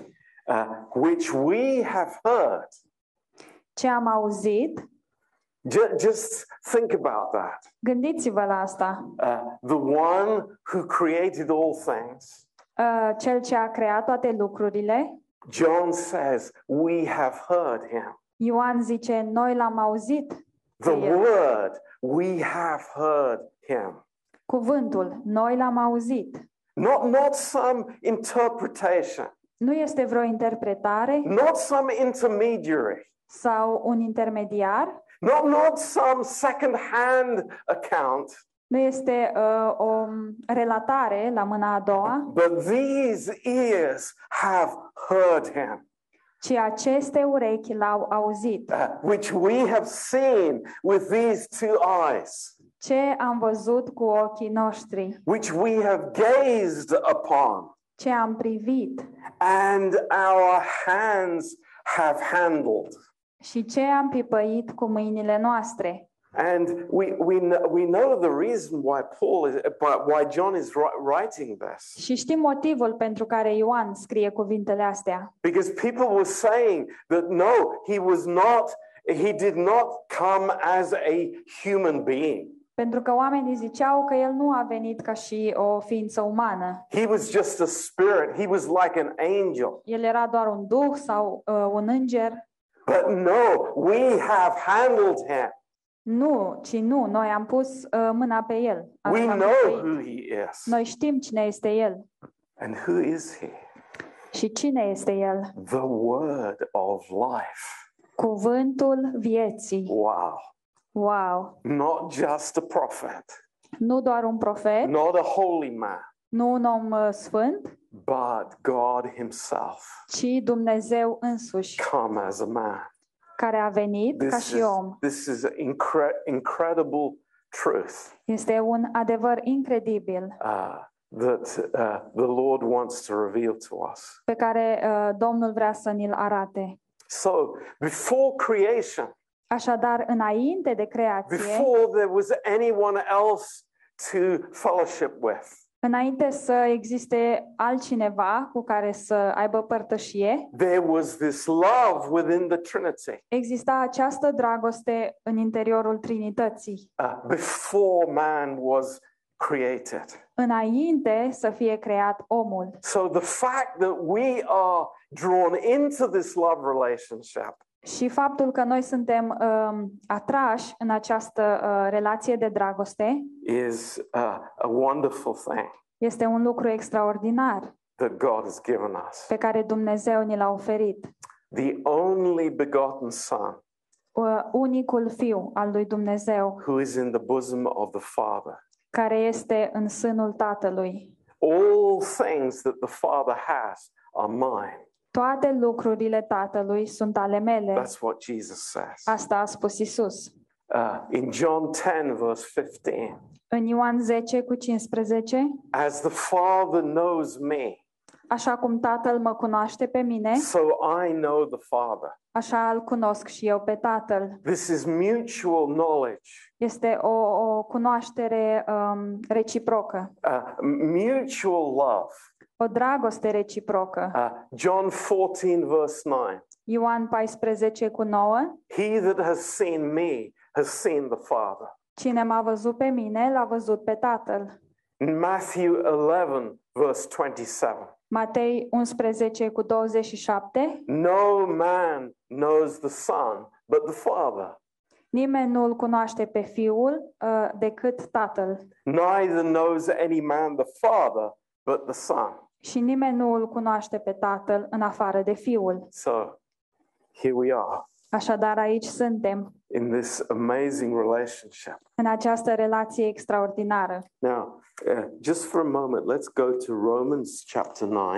[SPEAKER 3] uh, which we have heard.
[SPEAKER 4] Ce am auzit,
[SPEAKER 3] Ju- just think about that.
[SPEAKER 4] gândiți-vă la asta.
[SPEAKER 3] Uh, the one who created all things,
[SPEAKER 4] Uh, cel ce a creat toate lucrurile,
[SPEAKER 3] John says, we have heard him.
[SPEAKER 4] Ioan zice, noi l-am auzit
[SPEAKER 3] The
[SPEAKER 4] Yeah.
[SPEAKER 3] word we have heard him.
[SPEAKER 4] Cuvântul, noi l-am auzit.
[SPEAKER 3] Not, not some interpretation,
[SPEAKER 4] Nu este vreo interpretare
[SPEAKER 3] not some intermediary,
[SPEAKER 4] sau un intermediar,
[SPEAKER 3] not, not some second-hand account,
[SPEAKER 4] nu este uh, o relatare la mâna a doua,
[SPEAKER 3] but these ears have heard him,
[SPEAKER 4] ci aceste urechi l-au auzit.
[SPEAKER 3] uh, which we have seen with these two eyes,
[SPEAKER 4] Ce am văzut cu ochii noștri,
[SPEAKER 3] which we have gazed upon,
[SPEAKER 4] ce am privit
[SPEAKER 3] and our hands have handled.
[SPEAKER 4] și ce am pipăit cu mâinile noastre.
[SPEAKER 3] And we, we, know, we know the reason why Paul is, why- why John is wri- writing this.
[SPEAKER 4] Și știm motivul pentru care Ioan scrie cuvintele astea.
[SPEAKER 3] Because people were saying that no, he was not, he did not come as a human being.
[SPEAKER 4] Pentru că oamenii ziceau că el nu a venit ca și o ființă umană.
[SPEAKER 3] He was just a spirit, he was like an angel.
[SPEAKER 4] El era doar un duh sau uh, un înger.
[SPEAKER 3] But no, we have handled him.
[SPEAKER 4] Nu, ci nu, noi am pus uh, mâna pe el. Am-
[SPEAKER 3] We
[SPEAKER 4] am
[SPEAKER 3] know
[SPEAKER 4] pus
[SPEAKER 3] who he is.
[SPEAKER 4] pe- Noi știm cine este el
[SPEAKER 3] And who is he?
[SPEAKER 4] și cine este el.
[SPEAKER 3] The word of life.
[SPEAKER 4] Cuvântul vieții.
[SPEAKER 3] Wow.
[SPEAKER 4] Wow!
[SPEAKER 3] Not just a prophet,
[SPEAKER 4] Nu doar un profet,
[SPEAKER 3] not a holy man,
[SPEAKER 4] nu un om uh, sfânt,
[SPEAKER 3] but God himself
[SPEAKER 4] ci Dumnezeu însuși,
[SPEAKER 3] come as a man.
[SPEAKER 4] care a venit ca
[SPEAKER 3] This
[SPEAKER 4] și
[SPEAKER 3] is,
[SPEAKER 4] om.
[SPEAKER 3] this is incre- incredible truth.
[SPEAKER 4] Este un adevăr incredibil
[SPEAKER 3] uh, that uh, the Lord wants to reveal to us.
[SPEAKER 4] pe care uh, Domnul vrea să ni-l arate.
[SPEAKER 3] So, before creation,
[SPEAKER 4] Așadar, înainte de creație,
[SPEAKER 3] before there was anyone else to fellowship with,
[SPEAKER 4] înainte să existe altcineva cu care să aibă părtășie,
[SPEAKER 3] there was this love within the Trinity
[SPEAKER 4] exista această dragoste în interiorul Trinității,
[SPEAKER 3] uh, before man was created.
[SPEAKER 4] înainte să fie creat omul.
[SPEAKER 3] So, the fact that we are drawn into this love relationship
[SPEAKER 4] Și faptul că noi suntem um, atrași în această uh, relație de dragoste
[SPEAKER 3] is uh, a wonderful thing
[SPEAKER 4] este un lucru extraordinar
[SPEAKER 3] that God has given us.
[SPEAKER 4] pe care Dumnezeu ni l-a oferit.
[SPEAKER 3] The only begotten Son
[SPEAKER 4] Uh, Unicul fiu al lui Dumnezeu,
[SPEAKER 3] who is in the bosom of the Father.
[SPEAKER 4] care este în sânul Tatălui.
[SPEAKER 3] All things that the Father has are mine.
[SPEAKER 4] Toate lucrurile Tatălui sunt ale mele.
[SPEAKER 3] That's what Jesus says.
[SPEAKER 4] Asta a spus Isus.
[SPEAKER 3] Uh, in John 10, verse 15,
[SPEAKER 4] În Ioan 10 cu 15,
[SPEAKER 3] as the Father knows me,
[SPEAKER 4] așa cum Tatăl mă cunoaște pe mine,
[SPEAKER 3] so I know the Father.
[SPEAKER 4] așa îl cunosc și eu pe Tatăl.
[SPEAKER 3] This is mutual knowledge,
[SPEAKER 4] Este o, o cunoaștere um, reciprocă,
[SPEAKER 3] uh, mutual love.
[SPEAKER 4] o dragoste reciprocă.
[SPEAKER 3] Uh, John 14, verse 9,
[SPEAKER 4] Ioan 14 cu 9,
[SPEAKER 3] he that has seen me has seen the Father.
[SPEAKER 4] cine m-a văzut pe mine, l-a văzut pe Tatăl.
[SPEAKER 3] Matthew 11, verse 27.
[SPEAKER 4] Matei 11 cu 27,
[SPEAKER 3] No man knows the Son but the Father,
[SPEAKER 4] nimeni nu îl cunoaște pe Fiul uh, decât Tatăl
[SPEAKER 3] neither knows any man the Father but the Son.
[SPEAKER 4] și nimeni nu îl cunoaște pe Tatăl în afară de Fiul.
[SPEAKER 3] So here we are
[SPEAKER 4] Așadar aici suntem,
[SPEAKER 3] in this amazing relationship.
[SPEAKER 4] în această relație extraordinară.
[SPEAKER 3] Now, uh, just for a moment, let's go to Romans chapter 9.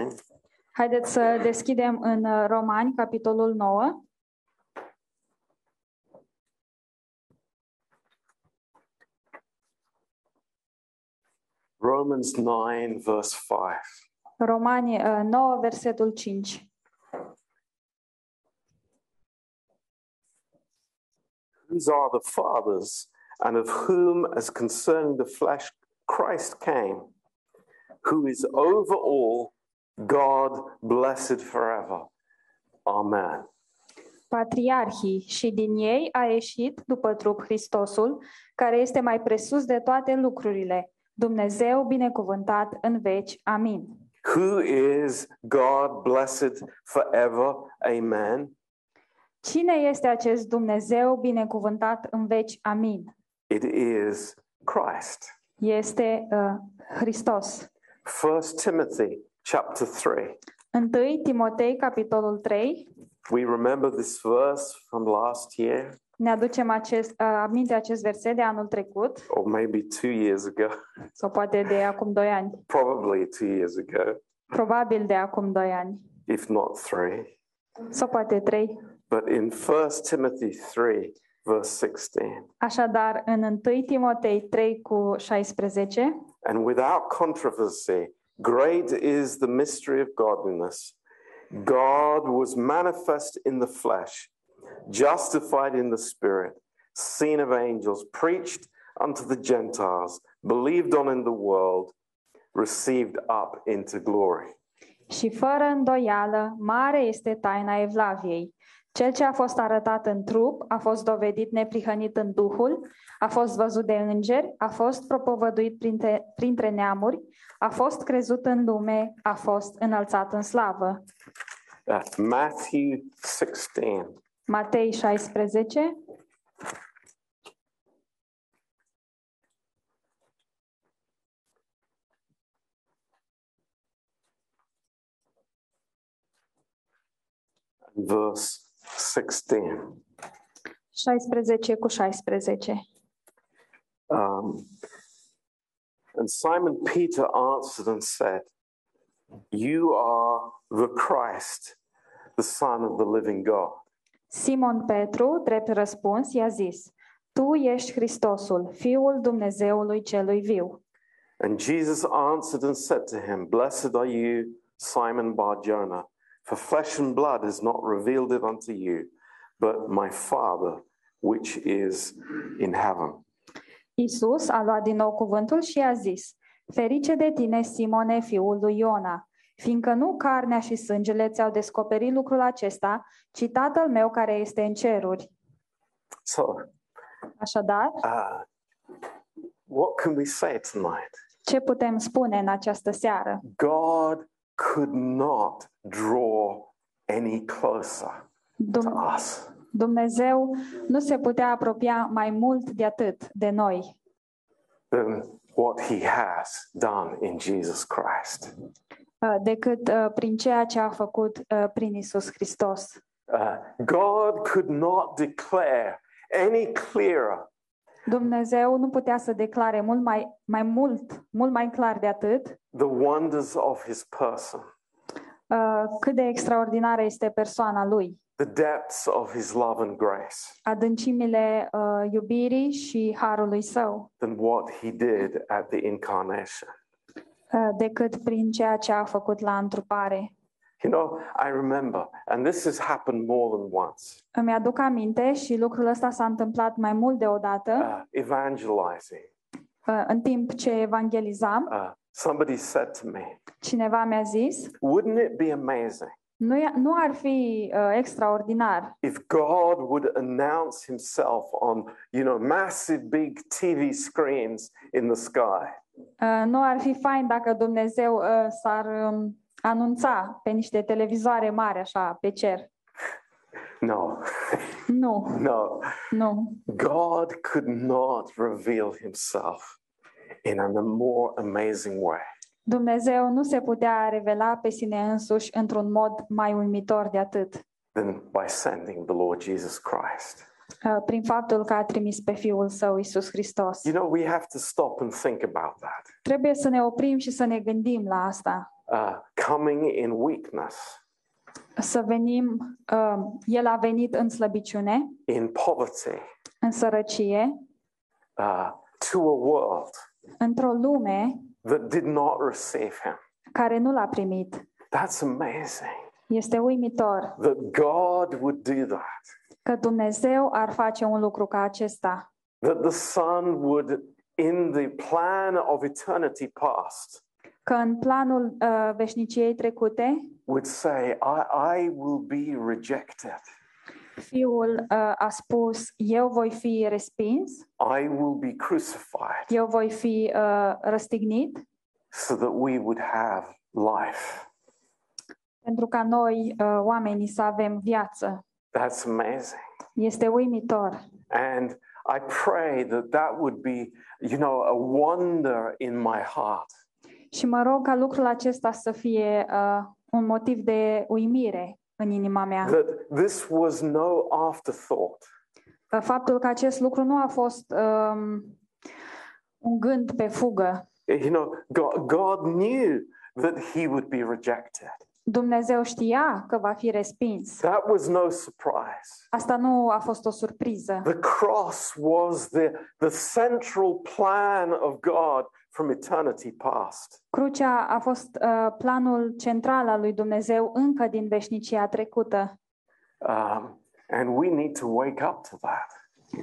[SPEAKER 4] Haideți să deschidem în uh, Romani, capitolul 9.
[SPEAKER 3] Romans 9, verse 5.
[SPEAKER 4] Romani uh, 9, versetul 5.
[SPEAKER 3] Whose are the fathers, and of whom, as concerning the flesh, Christ came, who is over all, God blessed forever. Amen.
[SPEAKER 4] patriarhii și din ei a ieșit după trup Hristosul, care este mai presus de toate lucrurile. Dumnezeu binecuvântat în veci. Amin.
[SPEAKER 3] Who is God blessed forever? Amen.
[SPEAKER 4] Cine este acest Dumnezeu binecuvântat în veci? Amin.
[SPEAKER 3] It is Christ.
[SPEAKER 4] Este uh, Hristos.
[SPEAKER 3] 1 Timothy chapter 3.
[SPEAKER 4] 1 Timotei, capitolul 3,
[SPEAKER 3] We remember this verse from last year,
[SPEAKER 4] ne aducem acest, uh, aminte acest verset de anul trecut,
[SPEAKER 3] or maybe two years ago, [laughs]
[SPEAKER 4] sau poate de acum 2 ani,
[SPEAKER 3] probably two years ago,
[SPEAKER 4] probabil de acum 2 ani,
[SPEAKER 3] if not three.
[SPEAKER 4] sau poate 3.
[SPEAKER 3] But in 1 Timothy 3, verse 16,
[SPEAKER 4] Așadar, în 1 Timotei 3 cu 16,
[SPEAKER 3] and without controversy, great is the mystery of godliness. God was manifest in the flesh, justified in the spirit, seen of angels, preached unto the Gentiles, believed on in the world, received up into glory.
[SPEAKER 4] și fără îndoială, mare este taina Evlaviei. Cel ce a fost arătat în trup, a fost dovedit neprihănit în Duhul, a fost văzut de îngeri, a fost propovăduit printre, printre neamuri, a fost crezut în lume, a fost înălțat în slavă.
[SPEAKER 3] Uh, Matthew 16,
[SPEAKER 4] Matei 16,
[SPEAKER 3] verse 16.
[SPEAKER 4] 16 cu 16.
[SPEAKER 3] Um, and Simon Peter answered and said, You are the Christ, the Son of the living God.
[SPEAKER 4] Simon Petru, drept răspuns, i-a zis, Tu ești Hristosul, Fiul Dumnezeului Celui Viu.
[SPEAKER 3] And Jesus answered and said to him, Blessed are you, Simon Bar Jonah, for flesh and blood has not revealed it unto you, but my Father which is in heaven.
[SPEAKER 4] Isus a luat din nou cuvântul și i-a zis, Ferice de tine, Simone, fiul lui Iona, fiindcă nu carnea și sângele ți-au descoperit lucrul acesta, ci Tatăl meu care este în ceruri.
[SPEAKER 3] So,
[SPEAKER 4] Așadar,
[SPEAKER 3] uh, what can we say tonight?
[SPEAKER 4] ce putem spune în această seară?
[SPEAKER 3] God could not draw any closer to
[SPEAKER 4] Dum-
[SPEAKER 3] us.
[SPEAKER 4] Dumnezeu nu se putea apropia mai mult de atât de noi
[SPEAKER 3] than what he has done in Jesus Christ.
[SPEAKER 4] uh, decât uh, prin ceea ce a făcut uh, prin Isus Hristos.
[SPEAKER 3] Uh, God could not declare any clearer
[SPEAKER 4] Dumnezeu nu putea să declare mult mai, mai mult, mult mai clar de atât,
[SPEAKER 3] the wonders of his person,
[SPEAKER 4] uh, cât de extraordinară este persoana lui,
[SPEAKER 3] the depths of his love and grace,
[SPEAKER 4] adâncimile uh, iubirii și harului său,
[SPEAKER 3] than what he did at the incarnation.
[SPEAKER 4] uh, decât prin ceea ce a făcut la întrupare.
[SPEAKER 3] You know, I remember, and this has happened more than once,
[SPEAKER 4] Îmi aduc aminte și lucrul ăsta s-a întâmplat mai mult deodată,
[SPEAKER 3] uh, evangelizing.
[SPEAKER 4] uh, în timp ce evangelizam,
[SPEAKER 3] Uh, somebody said to me,
[SPEAKER 4] cineva mi-a zis,
[SPEAKER 3] Wouldn't it be amazing
[SPEAKER 4] nu, e- nu ar fi uh, extraordinar
[SPEAKER 3] if God would announce himself on, you know, massive big TV screens in the sky.
[SPEAKER 4] Uh, nu ar fi fain dacă Dumnezeu uh, s-ar um, anunța pe niște televizoare mari așa pe cer.
[SPEAKER 3] No, [laughs]
[SPEAKER 4] Nu,
[SPEAKER 3] no.
[SPEAKER 4] nu.
[SPEAKER 3] God could not reveal himself in a more amazing way.
[SPEAKER 4] Dumnezeu nu se putea revela pe sine însuși într-un mod mai uimitor de atât,
[SPEAKER 3] Than by sending the Lord Jesus Christ.
[SPEAKER 4] uh, prin faptul că a trimis pe Fiul Său, Isus Hristos.
[SPEAKER 3] You know, we have to stop and think about that.
[SPEAKER 4] Trebuie să ne oprim și să ne gândim la asta,
[SPEAKER 3] Uh, coming in weakness,
[SPEAKER 4] să venim, uh, El a venit în slăbiciune,
[SPEAKER 3] in poverty,
[SPEAKER 4] în sărăcie,
[SPEAKER 3] uh, to a world
[SPEAKER 4] într-o lume
[SPEAKER 3] that did not receive him.
[SPEAKER 4] care nu l-a primit.
[SPEAKER 3] That's amazing.
[SPEAKER 4] Este uimitor.
[SPEAKER 3] that God would do that,
[SPEAKER 4] că Dumnezeu ar face un lucru ca acesta,
[SPEAKER 3] that the Son would, in the plan of eternity past,
[SPEAKER 4] că în planul uh, veșniciei trecute,
[SPEAKER 3] would say, I, I will be rejected,
[SPEAKER 4] Fiul uh, a spus, eu voi fi respins,
[SPEAKER 3] I will be crucified,
[SPEAKER 4] eu voi fi uh, răstignit,
[SPEAKER 3] so that we would have life.
[SPEAKER 4] pentru ca noi, uh, oamenii, să avem viață.
[SPEAKER 3] That's amazing.
[SPEAKER 4] Este uimitor.
[SPEAKER 3] And I pray that that would be, you know, a wonder in my heart
[SPEAKER 4] Și mă rog ca lucrul acesta să fie uh, un motiv de uimire în inima mea.
[SPEAKER 3] that this was no afterthought,
[SPEAKER 4] Că Faptul că acest lucru nu a fost um, un gând pe fugă,
[SPEAKER 3] you know, God, God knew that he would be rejected.
[SPEAKER 4] Dumnezeu știa că va fi respins.
[SPEAKER 3] That was no surprise.
[SPEAKER 4] Asta nu a fost o surpriză.
[SPEAKER 3] The cross was the, the central plan of God from eternity past.
[SPEAKER 4] Crucea a fost uh, planul central al lui Dumnezeu încă din veșnicia trecută
[SPEAKER 3] Um, and we need to wake up to that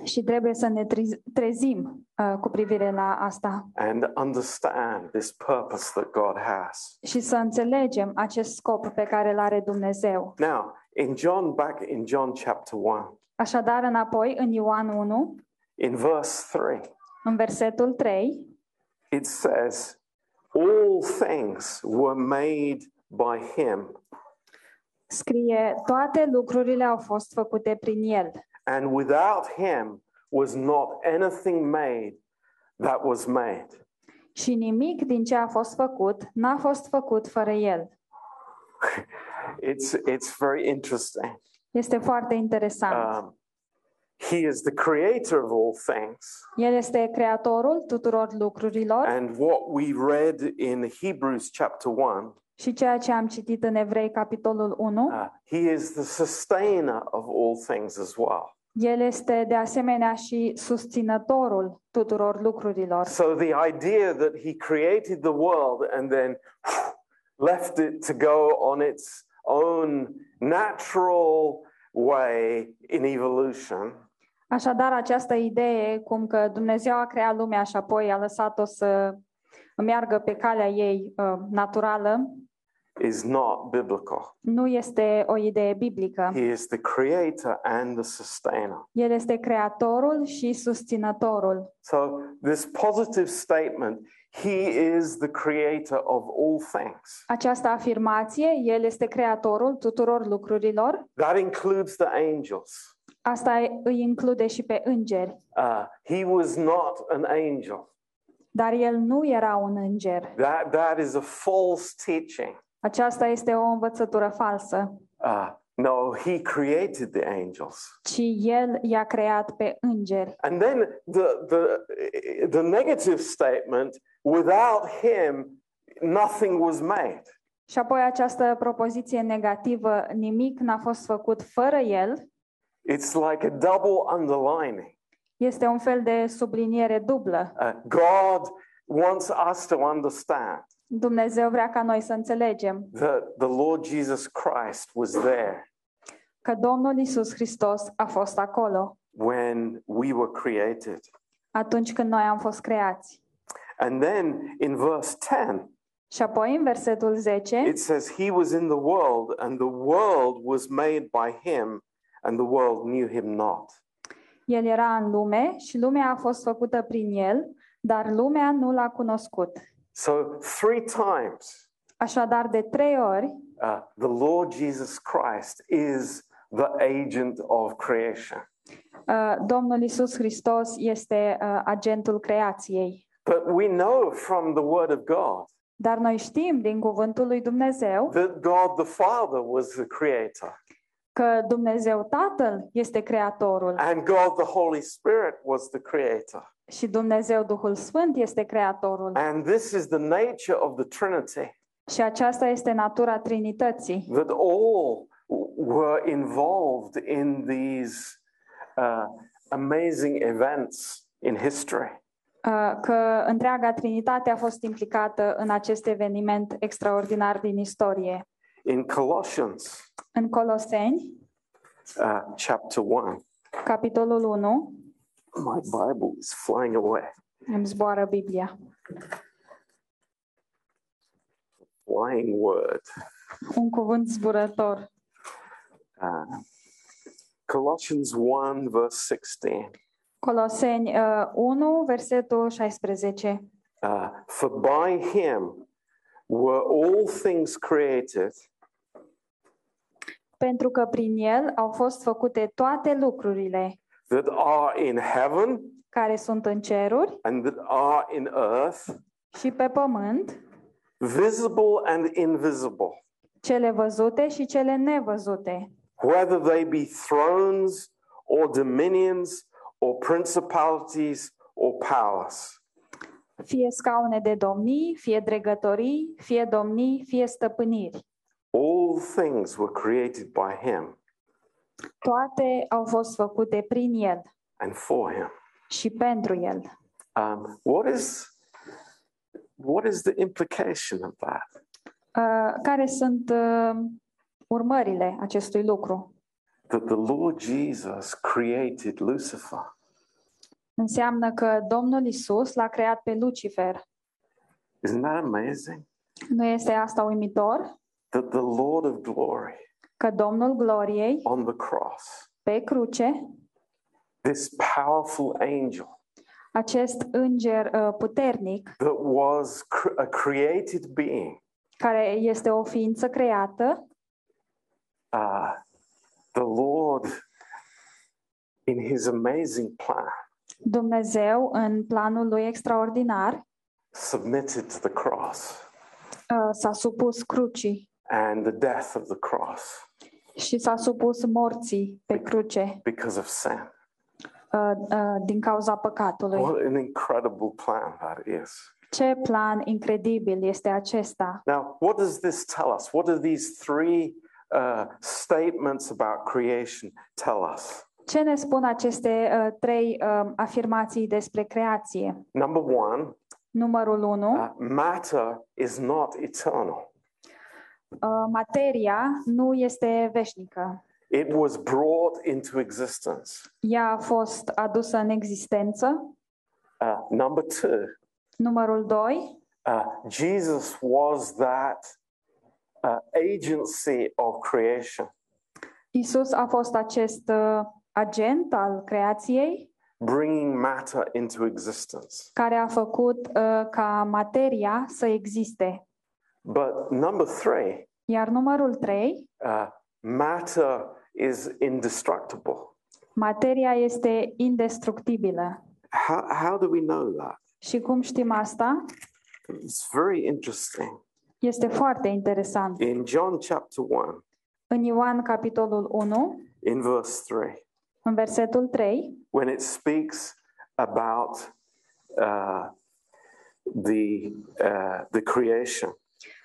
[SPEAKER 4] și trebuie să ne tri- trezim uh, cu privire la asta
[SPEAKER 3] and understand this purpose that God has.
[SPEAKER 4] și să înțelegem acest scop pe care îl are Dumnezeu.
[SPEAKER 3] Now, In John, back in John chapter 1,
[SPEAKER 4] Așadar, înapoi, în Ioan 1,
[SPEAKER 3] in verse 3,
[SPEAKER 4] în versetul 3,
[SPEAKER 3] it says, All things were made by him,
[SPEAKER 4] scrie, toate lucrurile au fost făcute prin el
[SPEAKER 3] and without him was not anything made that was made.
[SPEAKER 4] și nimic din ce a fost făcut n-a fost făcut fără el.
[SPEAKER 3] It's, it's very interesting.
[SPEAKER 4] Este foarte interesant.
[SPEAKER 3] Um, he is the creator of all things.
[SPEAKER 4] El este creatorul tuturor lucrurilor
[SPEAKER 3] And what we read in Hebrews chapter 1,
[SPEAKER 4] și ceea ce am citit în Evrei, capitolul 1,
[SPEAKER 3] uh, he is the sustainer of all things as well.
[SPEAKER 4] el este de asemenea și susținătorul tuturor lucrurilor.
[SPEAKER 3] So the idea that he created the world and then [sighs] left it to go on its own natural way in evolution
[SPEAKER 4] Așadar, această idee, cum că Dumnezeu a creat lumea și apoi a lăsat-o să meargă pe calea ei uh, naturală,
[SPEAKER 3] is not biblical.
[SPEAKER 4] nu este o idee biblică.
[SPEAKER 3] He is the creator and the sustainer.
[SPEAKER 4] El este creatorul și susținătorul.
[SPEAKER 3] So this positive statement, he is the creator of all things.
[SPEAKER 4] Această afirmație, el este creatorul tuturor lucrurilor,
[SPEAKER 3] That includes the angels.
[SPEAKER 4] asta îi include și pe îngeri,
[SPEAKER 3] Uh, he was not an angel.
[SPEAKER 4] dar el nu era un înger.
[SPEAKER 3] That, that is a false teaching.
[SPEAKER 4] Aceasta este o învățătură falsă,
[SPEAKER 3] Uh, no, he created the angels.
[SPEAKER 4] ci el i-a creat pe îngeri.
[SPEAKER 3] And then the, the, the negative statement without him, nothing was made.
[SPEAKER 4] Și apoi această propoziție negativă, nimic n-a fost făcut fără el,
[SPEAKER 3] It's like a double underlining.
[SPEAKER 4] este un fel de subliniere dublă.
[SPEAKER 3] Uh, God wants us to understand
[SPEAKER 4] Dumnezeu vrea ca noi să înțelegem
[SPEAKER 3] that the Lord Jesus Christ was there
[SPEAKER 4] că Domnul Isus Hristos a fost acolo
[SPEAKER 3] when we were created.
[SPEAKER 4] atunci când noi am fost creați.
[SPEAKER 3] And then in verse 10,
[SPEAKER 4] Și apoi în versetul 10
[SPEAKER 3] it says, He was in the world, and the world was made by him, and the world knew him not.
[SPEAKER 4] El era în lume și lumea a fost făcută prin el, dar lumea nu l-a cunoscut.
[SPEAKER 3] So, three times,
[SPEAKER 4] Așadar, de trei ori,
[SPEAKER 3] uh, the Lord Jesus Christ is the agent of creation.
[SPEAKER 4] uh, Domnul Isus Hristos este uh, agentul creației.
[SPEAKER 3] But we know from the Word of God
[SPEAKER 4] Dar noi știm din cuvântul lui Dumnezeu
[SPEAKER 3] that God the Father was the creator,
[SPEAKER 4] că Dumnezeu Tatăl este creatorul
[SPEAKER 3] and God the Holy Spirit was the creator.
[SPEAKER 4] și Dumnezeu Duhul Sfânt este creatorul.
[SPEAKER 3] And this is the nature of the Trinity
[SPEAKER 4] Și aceasta este natura Trinității.
[SPEAKER 3] that all w- were involved in these uh, amazing events in history.
[SPEAKER 4] uh, că întreaga Trinitate a fost implicată în acest eveniment extraordinar din istorie.
[SPEAKER 3] In Colossians
[SPEAKER 4] În Coloseni,
[SPEAKER 3] uh, chapter 1,
[SPEAKER 4] capitolul 1,
[SPEAKER 3] my Bible is flying away.
[SPEAKER 4] îmi zboară Biblia,
[SPEAKER 3] flying word.
[SPEAKER 4] un cuvânt zburător.
[SPEAKER 3] Uh, Colossians 1, verse 16.
[SPEAKER 4] Coloseni uh, 1, versetul 16.
[SPEAKER 3] Uh, For by him were all things created
[SPEAKER 4] Pentru că prin el au fost făcute toate lucrurile
[SPEAKER 3] that are in heaven
[SPEAKER 4] care sunt în ceruri
[SPEAKER 3] and that are in earth,
[SPEAKER 4] și pe pământ,
[SPEAKER 3] visible and invisible,
[SPEAKER 4] cele văzute și cele nevăzute,
[SPEAKER 3] whether they be thrones or dominions or principalities or powers.
[SPEAKER 4] fie scaune de domnii, fie dregătorii, fie domnii, fie stăpâniri.
[SPEAKER 3] All things were created by him
[SPEAKER 4] Toate au fost făcute prin El
[SPEAKER 3] and for him.
[SPEAKER 4] și pentru El.
[SPEAKER 3] Um, what is what is the implication of that?
[SPEAKER 4] Uh, Care sunt uh, urmările acestui lucru?
[SPEAKER 3] That the Lord Jesus created Lucifer,
[SPEAKER 4] Înseamnă că Domnul Isus l-a creat pe Lucifer.
[SPEAKER 3] isn't that amazing?
[SPEAKER 4] Nu este asta uimitor?
[SPEAKER 3] That the Lord of Glory
[SPEAKER 4] că Domnul gloriei
[SPEAKER 3] on the cross.
[SPEAKER 4] pe cruce,
[SPEAKER 3] This powerful angel
[SPEAKER 4] acest înger uh, puternic,
[SPEAKER 3] that was cr- a created being,
[SPEAKER 4] care este o ființă creată,
[SPEAKER 3] uh, the Lord, in his amazing plan,
[SPEAKER 4] Dumnezeu, în planul lui extraordinar,
[SPEAKER 3] submitted to the cross
[SPEAKER 4] uh, s-a supus crucii
[SPEAKER 3] and the death of the cross
[SPEAKER 4] și s-a supus morții pe cruce
[SPEAKER 3] because of sin.
[SPEAKER 4] uh, uh, din cauza păcatului.
[SPEAKER 3] What an incredible plan that is.
[SPEAKER 4] Ce plan incredibil este acesta?
[SPEAKER 3] Now, what does this tell us? What do these three uh, statements about creation tell us?
[SPEAKER 4] Ce ne spun aceste uh, trei uh, afirmații despre creație?
[SPEAKER 3] Number one,
[SPEAKER 4] Numărul 1, uh,
[SPEAKER 3] uh, matter is not eternal.
[SPEAKER 4] uh, materia nu este veșnică.
[SPEAKER 3] It was brought into existence.
[SPEAKER 4] Ea a fost adusă în existență.
[SPEAKER 3] Uh, number two,
[SPEAKER 4] Numărul 2,
[SPEAKER 3] uh, Jesus was that uh, agency of creation,
[SPEAKER 4] Isus a fost acest uh, agent al creației
[SPEAKER 3] bringing matter into existence.
[SPEAKER 4] care a făcut uh, ca materia să existe.
[SPEAKER 3] But number three,
[SPEAKER 4] Iar numărul 3,
[SPEAKER 3] uh, matter is indestructible.
[SPEAKER 4] materia este indestructibilă.
[SPEAKER 3] How, how do we know that?
[SPEAKER 4] Și cum știm asta?
[SPEAKER 3] It's very interesting.
[SPEAKER 4] Este foarte interesant.
[SPEAKER 3] In John chapter 1,
[SPEAKER 4] În Ioan, capitolul 1,
[SPEAKER 3] in verse 3,
[SPEAKER 4] în versetul 3,
[SPEAKER 3] when it speaks about uh, the, uh, the creation,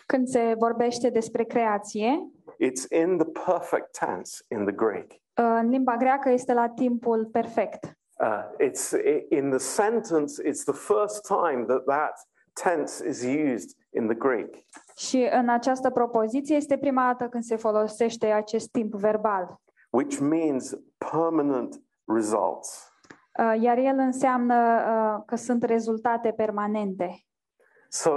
[SPEAKER 4] când se vorbește despre creație, uh,
[SPEAKER 3] it's in the perfect tense in the Greek.
[SPEAKER 4] în limba greacă este la timpul perfect.
[SPEAKER 3] Uh, it's i- in the sentence, it's the first time that that tense is used in the Greek.
[SPEAKER 4] Și în această propoziție este prima dată când se folosește acest timp verbal.
[SPEAKER 3] which means permanent results.
[SPEAKER 4] Uh, Iar el înseamnă uh, că sunt rezultate permanente.
[SPEAKER 3] So,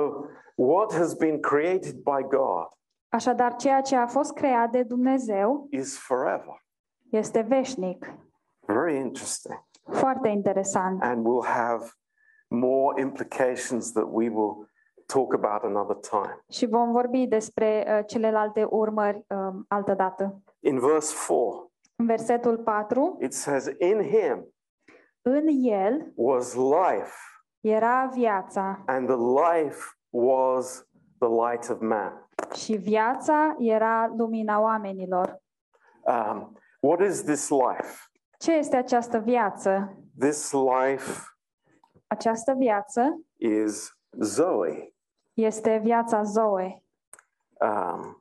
[SPEAKER 3] what has been created by God
[SPEAKER 4] Așadar, ceea ce a fost creat de Dumnezeu
[SPEAKER 3] is forever.
[SPEAKER 4] este veșnic.
[SPEAKER 3] Very interesting.
[SPEAKER 4] Foarte interesant.
[SPEAKER 3] And will have more implications that we will talk about another time.
[SPEAKER 4] Și vom vorbi despre uh, celelalte urmări um, altă dată.
[SPEAKER 3] In verse 4,
[SPEAKER 4] În versetul 4,
[SPEAKER 3] it says, In him
[SPEAKER 4] în el
[SPEAKER 3] was life,
[SPEAKER 4] era viața
[SPEAKER 3] and the life was the light of man.
[SPEAKER 4] și viața era lumina oamenilor.
[SPEAKER 3] Um, what is this life?
[SPEAKER 4] Ce este această viață?
[SPEAKER 3] This life
[SPEAKER 4] Această viață
[SPEAKER 3] is Zoe.
[SPEAKER 4] este viața Zoe.
[SPEAKER 3] um,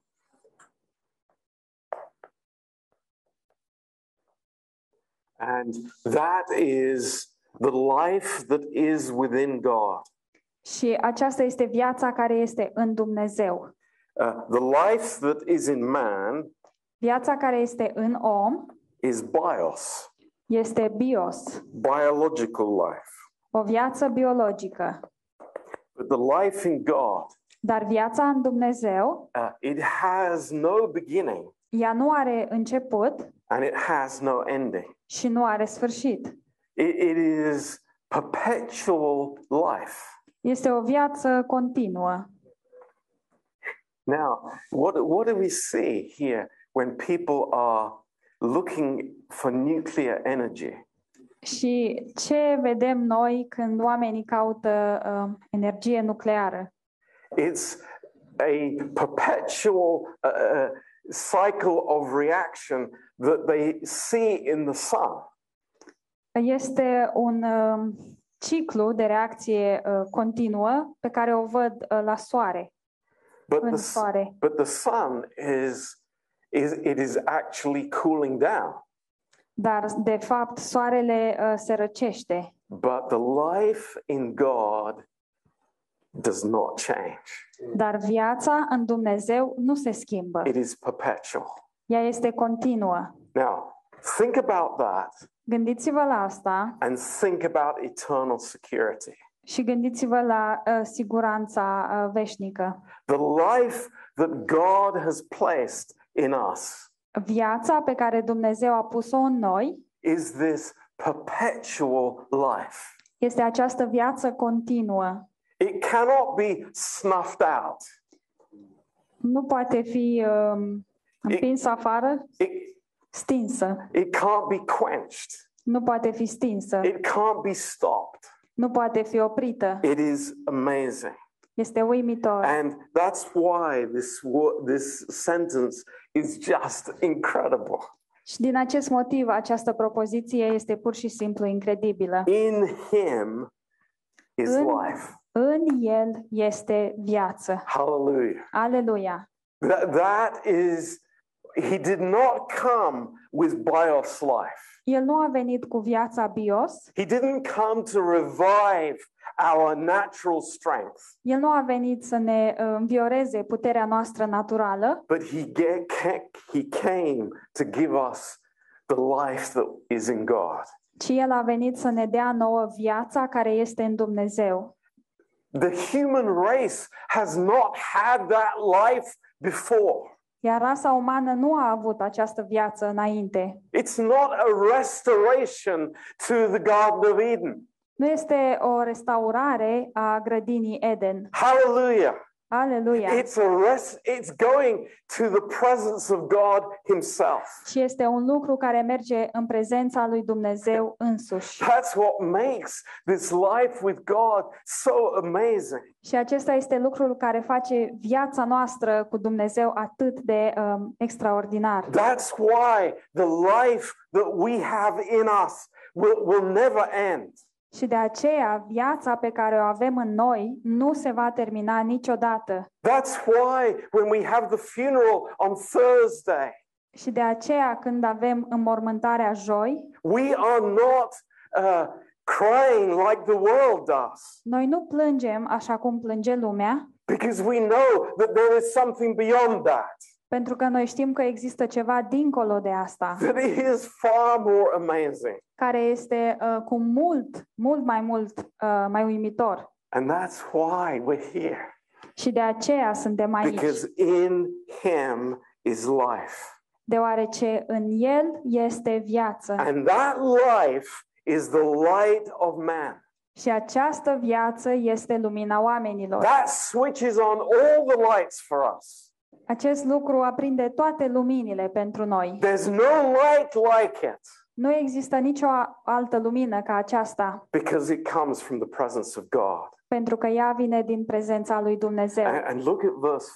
[SPEAKER 3] and that is the life that is within God.
[SPEAKER 4] Și aceasta este viața care este în Dumnezeu.
[SPEAKER 3] Uh, the life that is in man
[SPEAKER 4] Viața care este în om
[SPEAKER 3] is bios,
[SPEAKER 4] este bios,
[SPEAKER 3] biological life.
[SPEAKER 4] o viață biologică.
[SPEAKER 3] But the life in God,
[SPEAKER 4] Dar viața în Dumnezeu,
[SPEAKER 3] uh, it has no beginning
[SPEAKER 4] ea nu are început
[SPEAKER 3] and it has no ending.
[SPEAKER 4] și nu are sfârșit.
[SPEAKER 3] It- it is perpetual life.
[SPEAKER 4] Este o viață continuă.
[SPEAKER 3] Now, what, what do we see here when people are looking for nuclear energy?
[SPEAKER 4] Și ce vedem noi când oamenii caută uh, energie nucleară?
[SPEAKER 3] It's a perpetual uh, uh, cycle of reaction that they see in the sun.
[SPEAKER 4] Este un uh, ciclu de reacție uh, continuă pe care o văd uh, la soare,
[SPEAKER 3] But
[SPEAKER 4] în
[SPEAKER 3] the, s-
[SPEAKER 4] soare.
[SPEAKER 3] but the sun is, is, it is actually cooling down.
[SPEAKER 4] Dar, de fapt, soarele uh, se răcește.
[SPEAKER 3] But the life in God does not change,
[SPEAKER 4] Dar viața în Dumnezeu nu se schimbă.
[SPEAKER 3] it is perpetual.
[SPEAKER 4] Ea este continuă.
[SPEAKER 3] Now, think about that
[SPEAKER 4] Gândiți-vă la asta
[SPEAKER 3] and think about eternal security.
[SPEAKER 4] și gândiți-vă la uh, siguranța uh, veșnică.
[SPEAKER 3] The life that God has placed in us
[SPEAKER 4] Viața pe care Dumnezeu a pus-o în noi
[SPEAKER 3] is this perpetual life.
[SPEAKER 4] este această viață continuă.
[SPEAKER 3] It cannot be snuffed out.
[SPEAKER 4] Nu poate fi um, împinsă afară,
[SPEAKER 3] It,
[SPEAKER 4] stinsă.
[SPEAKER 3] it can't be quenched.
[SPEAKER 4] Nu poate fi stinsă.
[SPEAKER 3] It can't be stopped.
[SPEAKER 4] Nu poate fi oprită.
[SPEAKER 3] It is amazing.
[SPEAKER 4] Este uimitor.
[SPEAKER 3] And that's why this, wo- this sentence is just incredible.
[SPEAKER 4] Și din acest motiv, această propoziție este pur și simplu incredibilă.
[SPEAKER 3] In him is
[SPEAKER 4] În-
[SPEAKER 3] life.
[SPEAKER 4] În El este viață.
[SPEAKER 3] Hallelujah.
[SPEAKER 4] Aleluia!
[SPEAKER 3] That, that is, he did not come with bios life.
[SPEAKER 4] El nu a venit cu viața bios,
[SPEAKER 3] He didn't come to revive our natural strength,
[SPEAKER 4] El nu a venit să ne uh, învioreze puterea noastră naturală,
[SPEAKER 3] but he, ge- ca- he came to give us the life that is in God.
[SPEAKER 4] ci El a venit să ne dea nouă viața care este în Dumnezeu.
[SPEAKER 3] The human race has not had that life before.
[SPEAKER 4] Iar rasa umană nu a avut această viață înainte.
[SPEAKER 3] It's not a restoration to the Garden of Eden.
[SPEAKER 4] Nu este o restaurare a grădinii Eden.
[SPEAKER 3] Hallelujah.
[SPEAKER 4] Aleluia!
[SPEAKER 3] It's a rest, it's going to the presence of God Himself.
[SPEAKER 4] Și este un lucru care merge în prezența lui Dumnezeu însuși.
[SPEAKER 3] That's what makes this life with God so amazing.
[SPEAKER 4] Și acesta este lucrul care face viața noastră cu Dumnezeu atât de um, extraordinar.
[SPEAKER 3] That's why the life that we have in us will, will never end.
[SPEAKER 4] Și de aceea, viața pe care o avem în noi nu se va termina niciodată.
[SPEAKER 3] That's why when we have the funeral on Thursday,
[SPEAKER 4] Și de aceea, când avem înmormântarea joi,
[SPEAKER 3] we are not uh, crying like the world does
[SPEAKER 4] noi nu plângem așa cum plânge lumea,
[SPEAKER 3] because we know that there is something beyond that
[SPEAKER 4] pentru că noi știm că există ceva dincolo de asta,
[SPEAKER 3] that is far more amazing.
[SPEAKER 4] care este uh, cu mult, mult mai mult, uh, mai uimitor.
[SPEAKER 3] And that's why we're here
[SPEAKER 4] Și de aceea suntem aici,
[SPEAKER 3] because in Him is life.
[SPEAKER 4] deoarece în El este viață.
[SPEAKER 3] And that life is the light of man.
[SPEAKER 4] Și această viață este lumina oamenilor.
[SPEAKER 3] That switches on all the lights for us.
[SPEAKER 4] Acest lucru aprinde toate luminile pentru noi.
[SPEAKER 3] There's no light like it
[SPEAKER 4] Nu există nicio a- altă lumină ca aceasta,
[SPEAKER 3] because it comes from the presence of God.
[SPEAKER 4] pentru că ea vine din prezența lui Dumnezeu.
[SPEAKER 3] And, and look at verse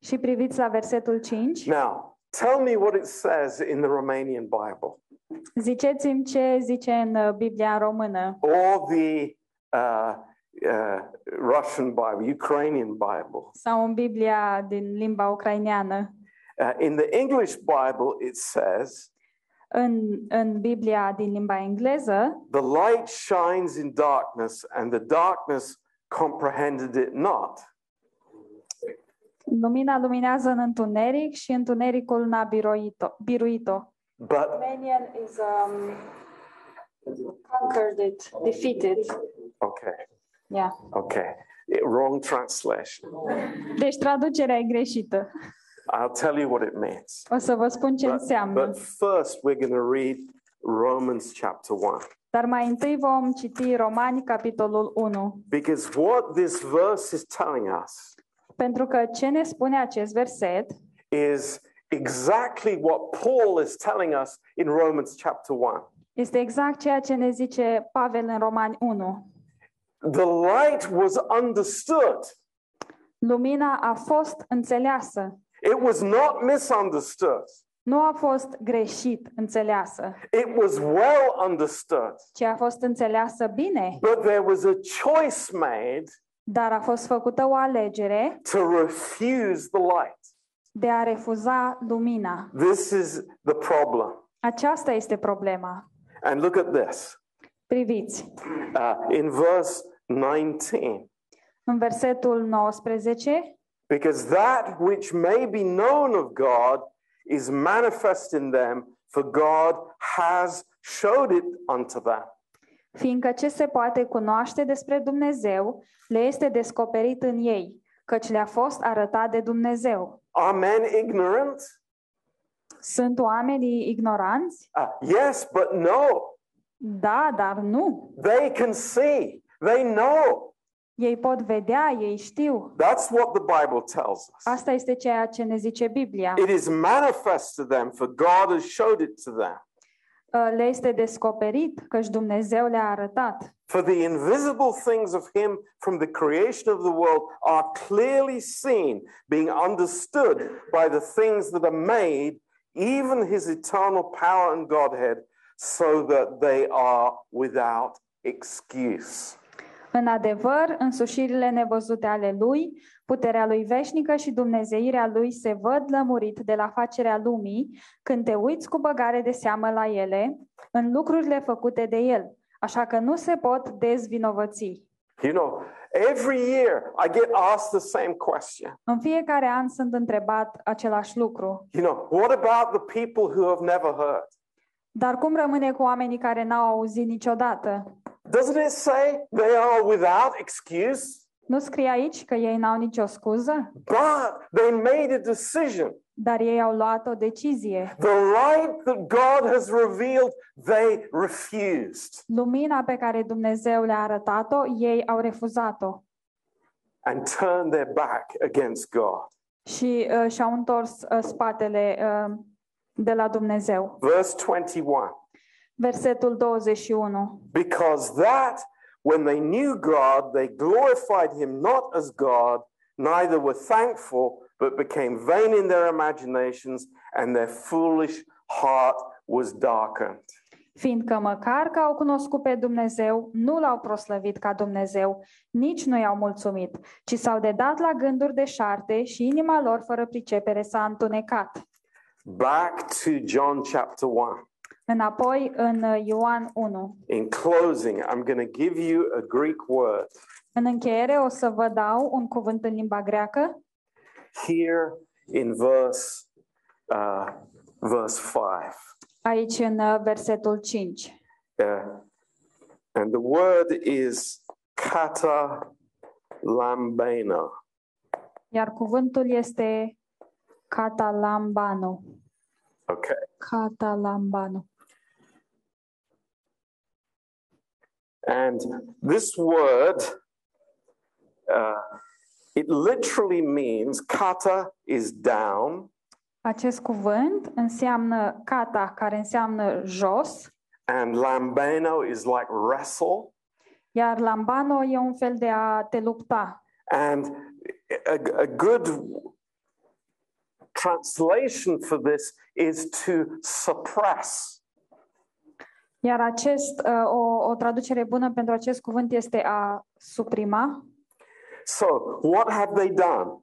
[SPEAKER 3] 5.
[SPEAKER 4] Și priviți la versetul 5,
[SPEAKER 3] Now, tell me what it says in the Romanian Bible
[SPEAKER 4] ziceți-mi ce zice în uh, Biblia în română
[SPEAKER 3] or the uh, uh, Russian Bible, Ukrainian Bible.
[SPEAKER 4] sau în Biblia din limba ucraineană.
[SPEAKER 3] Uh, in the English Bible, it says,
[SPEAKER 4] În, în Biblia din limba engleză,
[SPEAKER 3] The light shines in darkness, and the darkness comprehended it not.
[SPEAKER 4] lumina luminează în întuneric și întunericul n-a biruit-o. biruit-o.
[SPEAKER 3] But
[SPEAKER 4] Romanian is um, conquered it, defeated.
[SPEAKER 3] okay,
[SPEAKER 4] Yeah.
[SPEAKER 3] okay, It- wrong translation.
[SPEAKER 4] Deci traducerea e greșită.
[SPEAKER 3] I'll tell you what it means.
[SPEAKER 4] O să vă spun ce
[SPEAKER 3] But,
[SPEAKER 4] înseamnă.
[SPEAKER 3] but first, we're going to read Romans chapter one
[SPEAKER 4] Dar mai întâi vom citi Romani, capitolul 1.
[SPEAKER 3] because what this verse is telling us
[SPEAKER 4] Pentru că ce ne spune acest verset
[SPEAKER 3] is exactly what Paul is telling us in Romans chapter one.
[SPEAKER 4] este exact ceea ce ne zice Pavel în Romani 1.
[SPEAKER 3] The light was understood.
[SPEAKER 4] Lumina a fost înțeleasă,
[SPEAKER 3] It was not misunderstood.
[SPEAKER 4] nu a fost greșit înțeleasă,
[SPEAKER 3] It was well understood.
[SPEAKER 4] ci a fost înțeleasă bine,
[SPEAKER 3] But there was a choice made
[SPEAKER 4] dar a fost făcută o alegere
[SPEAKER 3] to refuse the light.
[SPEAKER 4] de a refuza lumina.
[SPEAKER 3] This is the problem.
[SPEAKER 4] Aceasta este problema.
[SPEAKER 3] And look at this
[SPEAKER 4] Priviți,
[SPEAKER 3] uh, in verse 19.
[SPEAKER 4] în versetul 19,
[SPEAKER 3] Because that which may be known of God is manifest in them, for God has showed it unto them.
[SPEAKER 4] fiindcă ce se poate cunoaște despre Dumnezeu le este descoperit în ei, căci le-a fost arătat de Dumnezeu.
[SPEAKER 3] Are men ignorant?
[SPEAKER 4] Sunt oamenii ignoranți?
[SPEAKER 3] Uh, yes, but no.
[SPEAKER 4] Da, dar nu.
[SPEAKER 3] They can see, they know.
[SPEAKER 4] Ei pot vedea, ei știu.
[SPEAKER 3] That's what the Bible tells us.
[SPEAKER 4] Asta este ceea ce ne zice Biblia.
[SPEAKER 3] It is manifest to them, for God has showed it to them.
[SPEAKER 4] Uh, Le este descoperit căci Dumnezeu le-a arătat.
[SPEAKER 3] For the invisible things of Him from the creation of the world are clearly seen, being understood by the things that are made, even His eternal power and Godhead, so that they are without excuse.
[SPEAKER 4] În adevăr, însușirile nevăzute ale lui, puterea lui veșnică și dumnezeirea lui se văd lămurit de la facerea lumii, când te uiți cu băgare de seamă la ele, în lucrurile făcute de el, așa că nu se pot dezvinovăți.
[SPEAKER 3] You know, every year I get asked the same question.
[SPEAKER 4] În fiecare an sunt întrebat același lucru.
[SPEAKER 3] You know, what about the people who have never heard?
[SPEAKER 4] Dar cum rămâne cu oamenii care n-au auzit niciodată?
[SPEAKER 3] Doesn't it say they are without excuse?
[SPEAKER 4] Nu scrie aici că ei n-au nicio scuză,
[SPEAKER 3] But they made a decision.
[SPEAKER 4] dar ei au luat o decizie.
[SPEAKER 3] The light that God has revealed, they refused.
[SPEAKER 4] Lumina pe care Dumnezeu le-a arătat-o, ei au refuzat-o
[SPEAKER 3] and turn their back against God.
[SPEAKER 4] și uh, și-au întors uh, spatele uh, de la Dumnezeu.
[SPEAKER 3] Verse 21
[SPEAKER 4] Versetul 21.
[SPEAKER 3] Because that when they knew God, they glorified him not as God, neither were thankful, but became vain in their imaginations, and their foolish heart was darkened.
[SPEAKER 4] Fiindcă măcar că au cunoscut pe Dumnezeu, nu l-au proslăvit ca Dumnezeu, nici nu i-au mulțumit, ci s-au dedat la gânduri de șarte și inima lor fără pricepere s-a întunecat.
[SPEAKER 3] Back to John chapter 1.
[SPEAKER 4] Înapoi în uh, Ioan 1.
[SPEAKER 3] In closing, I'm going to give you a Greek word.
[SPEAKER 4] În încheiere o să vă dau un cuvânt în limba greacă,
[SPEAKER 3] Here in verse, uh, verse 5.
[SPEAKER 4] aici în uh, versetul 5.
[SPEAKER 3] Uh, and the word is kata lambano.
[SPEAKER 4] Iar cuvântul este catalambano.
[SPEAKER 3] Okay.
[SPEAKER 4] Catalambano.
[SPEAKER 3] And this word, uh, it literally means kata is down
[SPEAKER 4] Acest cuvânt înseamnă cata, care înseamnă jos,
[SPEAKER 3] and lambano is like wrestle.
[SPEAKER 4] iar lambano e un fel de a te lupta.
[SPEAKER 3] And a, a good translation for this is to suppress.
[SPEAKER 4] Iar acest, uh, o, o traducere bună pentru acest cuvânt este a suprima.
[SPEAKER 3] So, what have they done?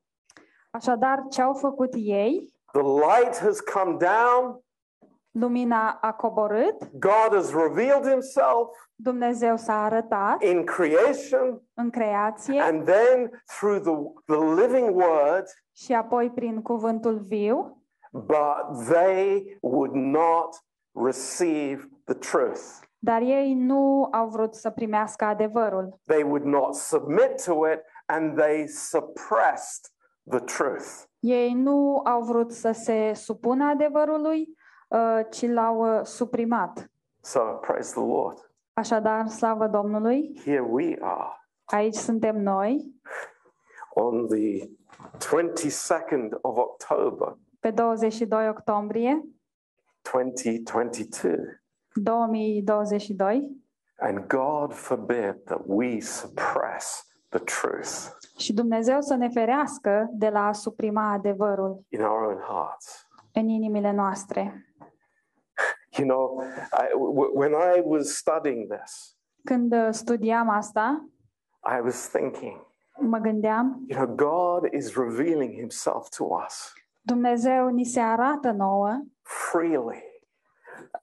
[SPEAKER 4] Așadar, ce au făcut ei?
[SPEAKER 3] The light has come down.
[SPEAKER 4] Lumina a coborât,
[SPEAKER 3] God has revealed himself
[SPEAKER 4] Dumnezeu s-a arătat
[SPEAKER 3] in creation
[SPEAKER 4] în creație
[SPEAKER 3] and then through the, the living word,
[SPEAKER 4] și apoi prin cuvântul viu,
[SPEAKER 3] but they would not receive the truth.
[SPEAKER 4] Dar ei nu au vrut să primească adevărul.
[SPEAKER 3] They would not submit to it and they suppressed the truth.
[SPEAKER 4] Ei nu au vrut să se supună adevărului, uh, ci l-au uh, suprimat.
[SPEAKER 3] So praise the Lord.
[SPEAKER 4] Așadar, slavă Domnului,
[SPEAKER 3] Here we are
[SPEAKER 4] aici suntem noi,
[SPEAKER 3] on the 22nd of October,
[SPEAKER 4] pe 22 octombrie
[SPEAKER 3] 2022.
[SPEAKER 4] 2022,
[SPEAKER 3] And God forbid that we suppress the truth.
[SPEAKER 4] și Dumnezeu să ne ferească de la a suprima adevărul
[SPEAKER 3] in our own hearts.
[SPEAKER 4] în inimile noastre.
[SPEAKER 3] You know, I, w- when I was studying this,
[SPEAKER 4] Când uh, studiam asta,
[SPEAKER 3] I was thinking,
[SPEAKER 4] mă gândeam,
[SPEAKER 3] you know, God is revealing himself to us
[SPEAKER 4] Dumnezeu ni se arată nouă
[SPEAKER 3] freely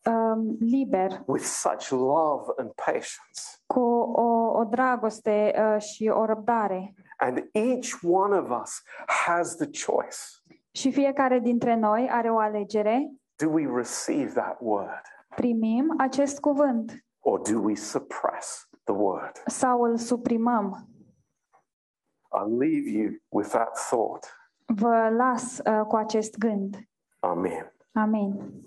[SPEAKER 4] um, liber,
[SPEAKER 3] with such love and patience.
[SPEAKER 4] cu o, o dragoste uh, și o răbdare.
[SPEAKER 3] And each one of us has the choice.
[SPEAKER 4] Și fiecare dintre noi are o alegere.
[SPEAKER 3] Do we receive that word
[SPEAKER 4] Primim acest cuvânt
[SPEAKER 3] or do we suppress the word?
[SPEAKER 4] sau îl suprimăm.
[SPEAKER 3] I'll leave you with that thought.
[SPEAKER 4] Vă las uh, cu acest gând.
[SPEAKER 3] Amen.
[SPEAKER 4] Amin.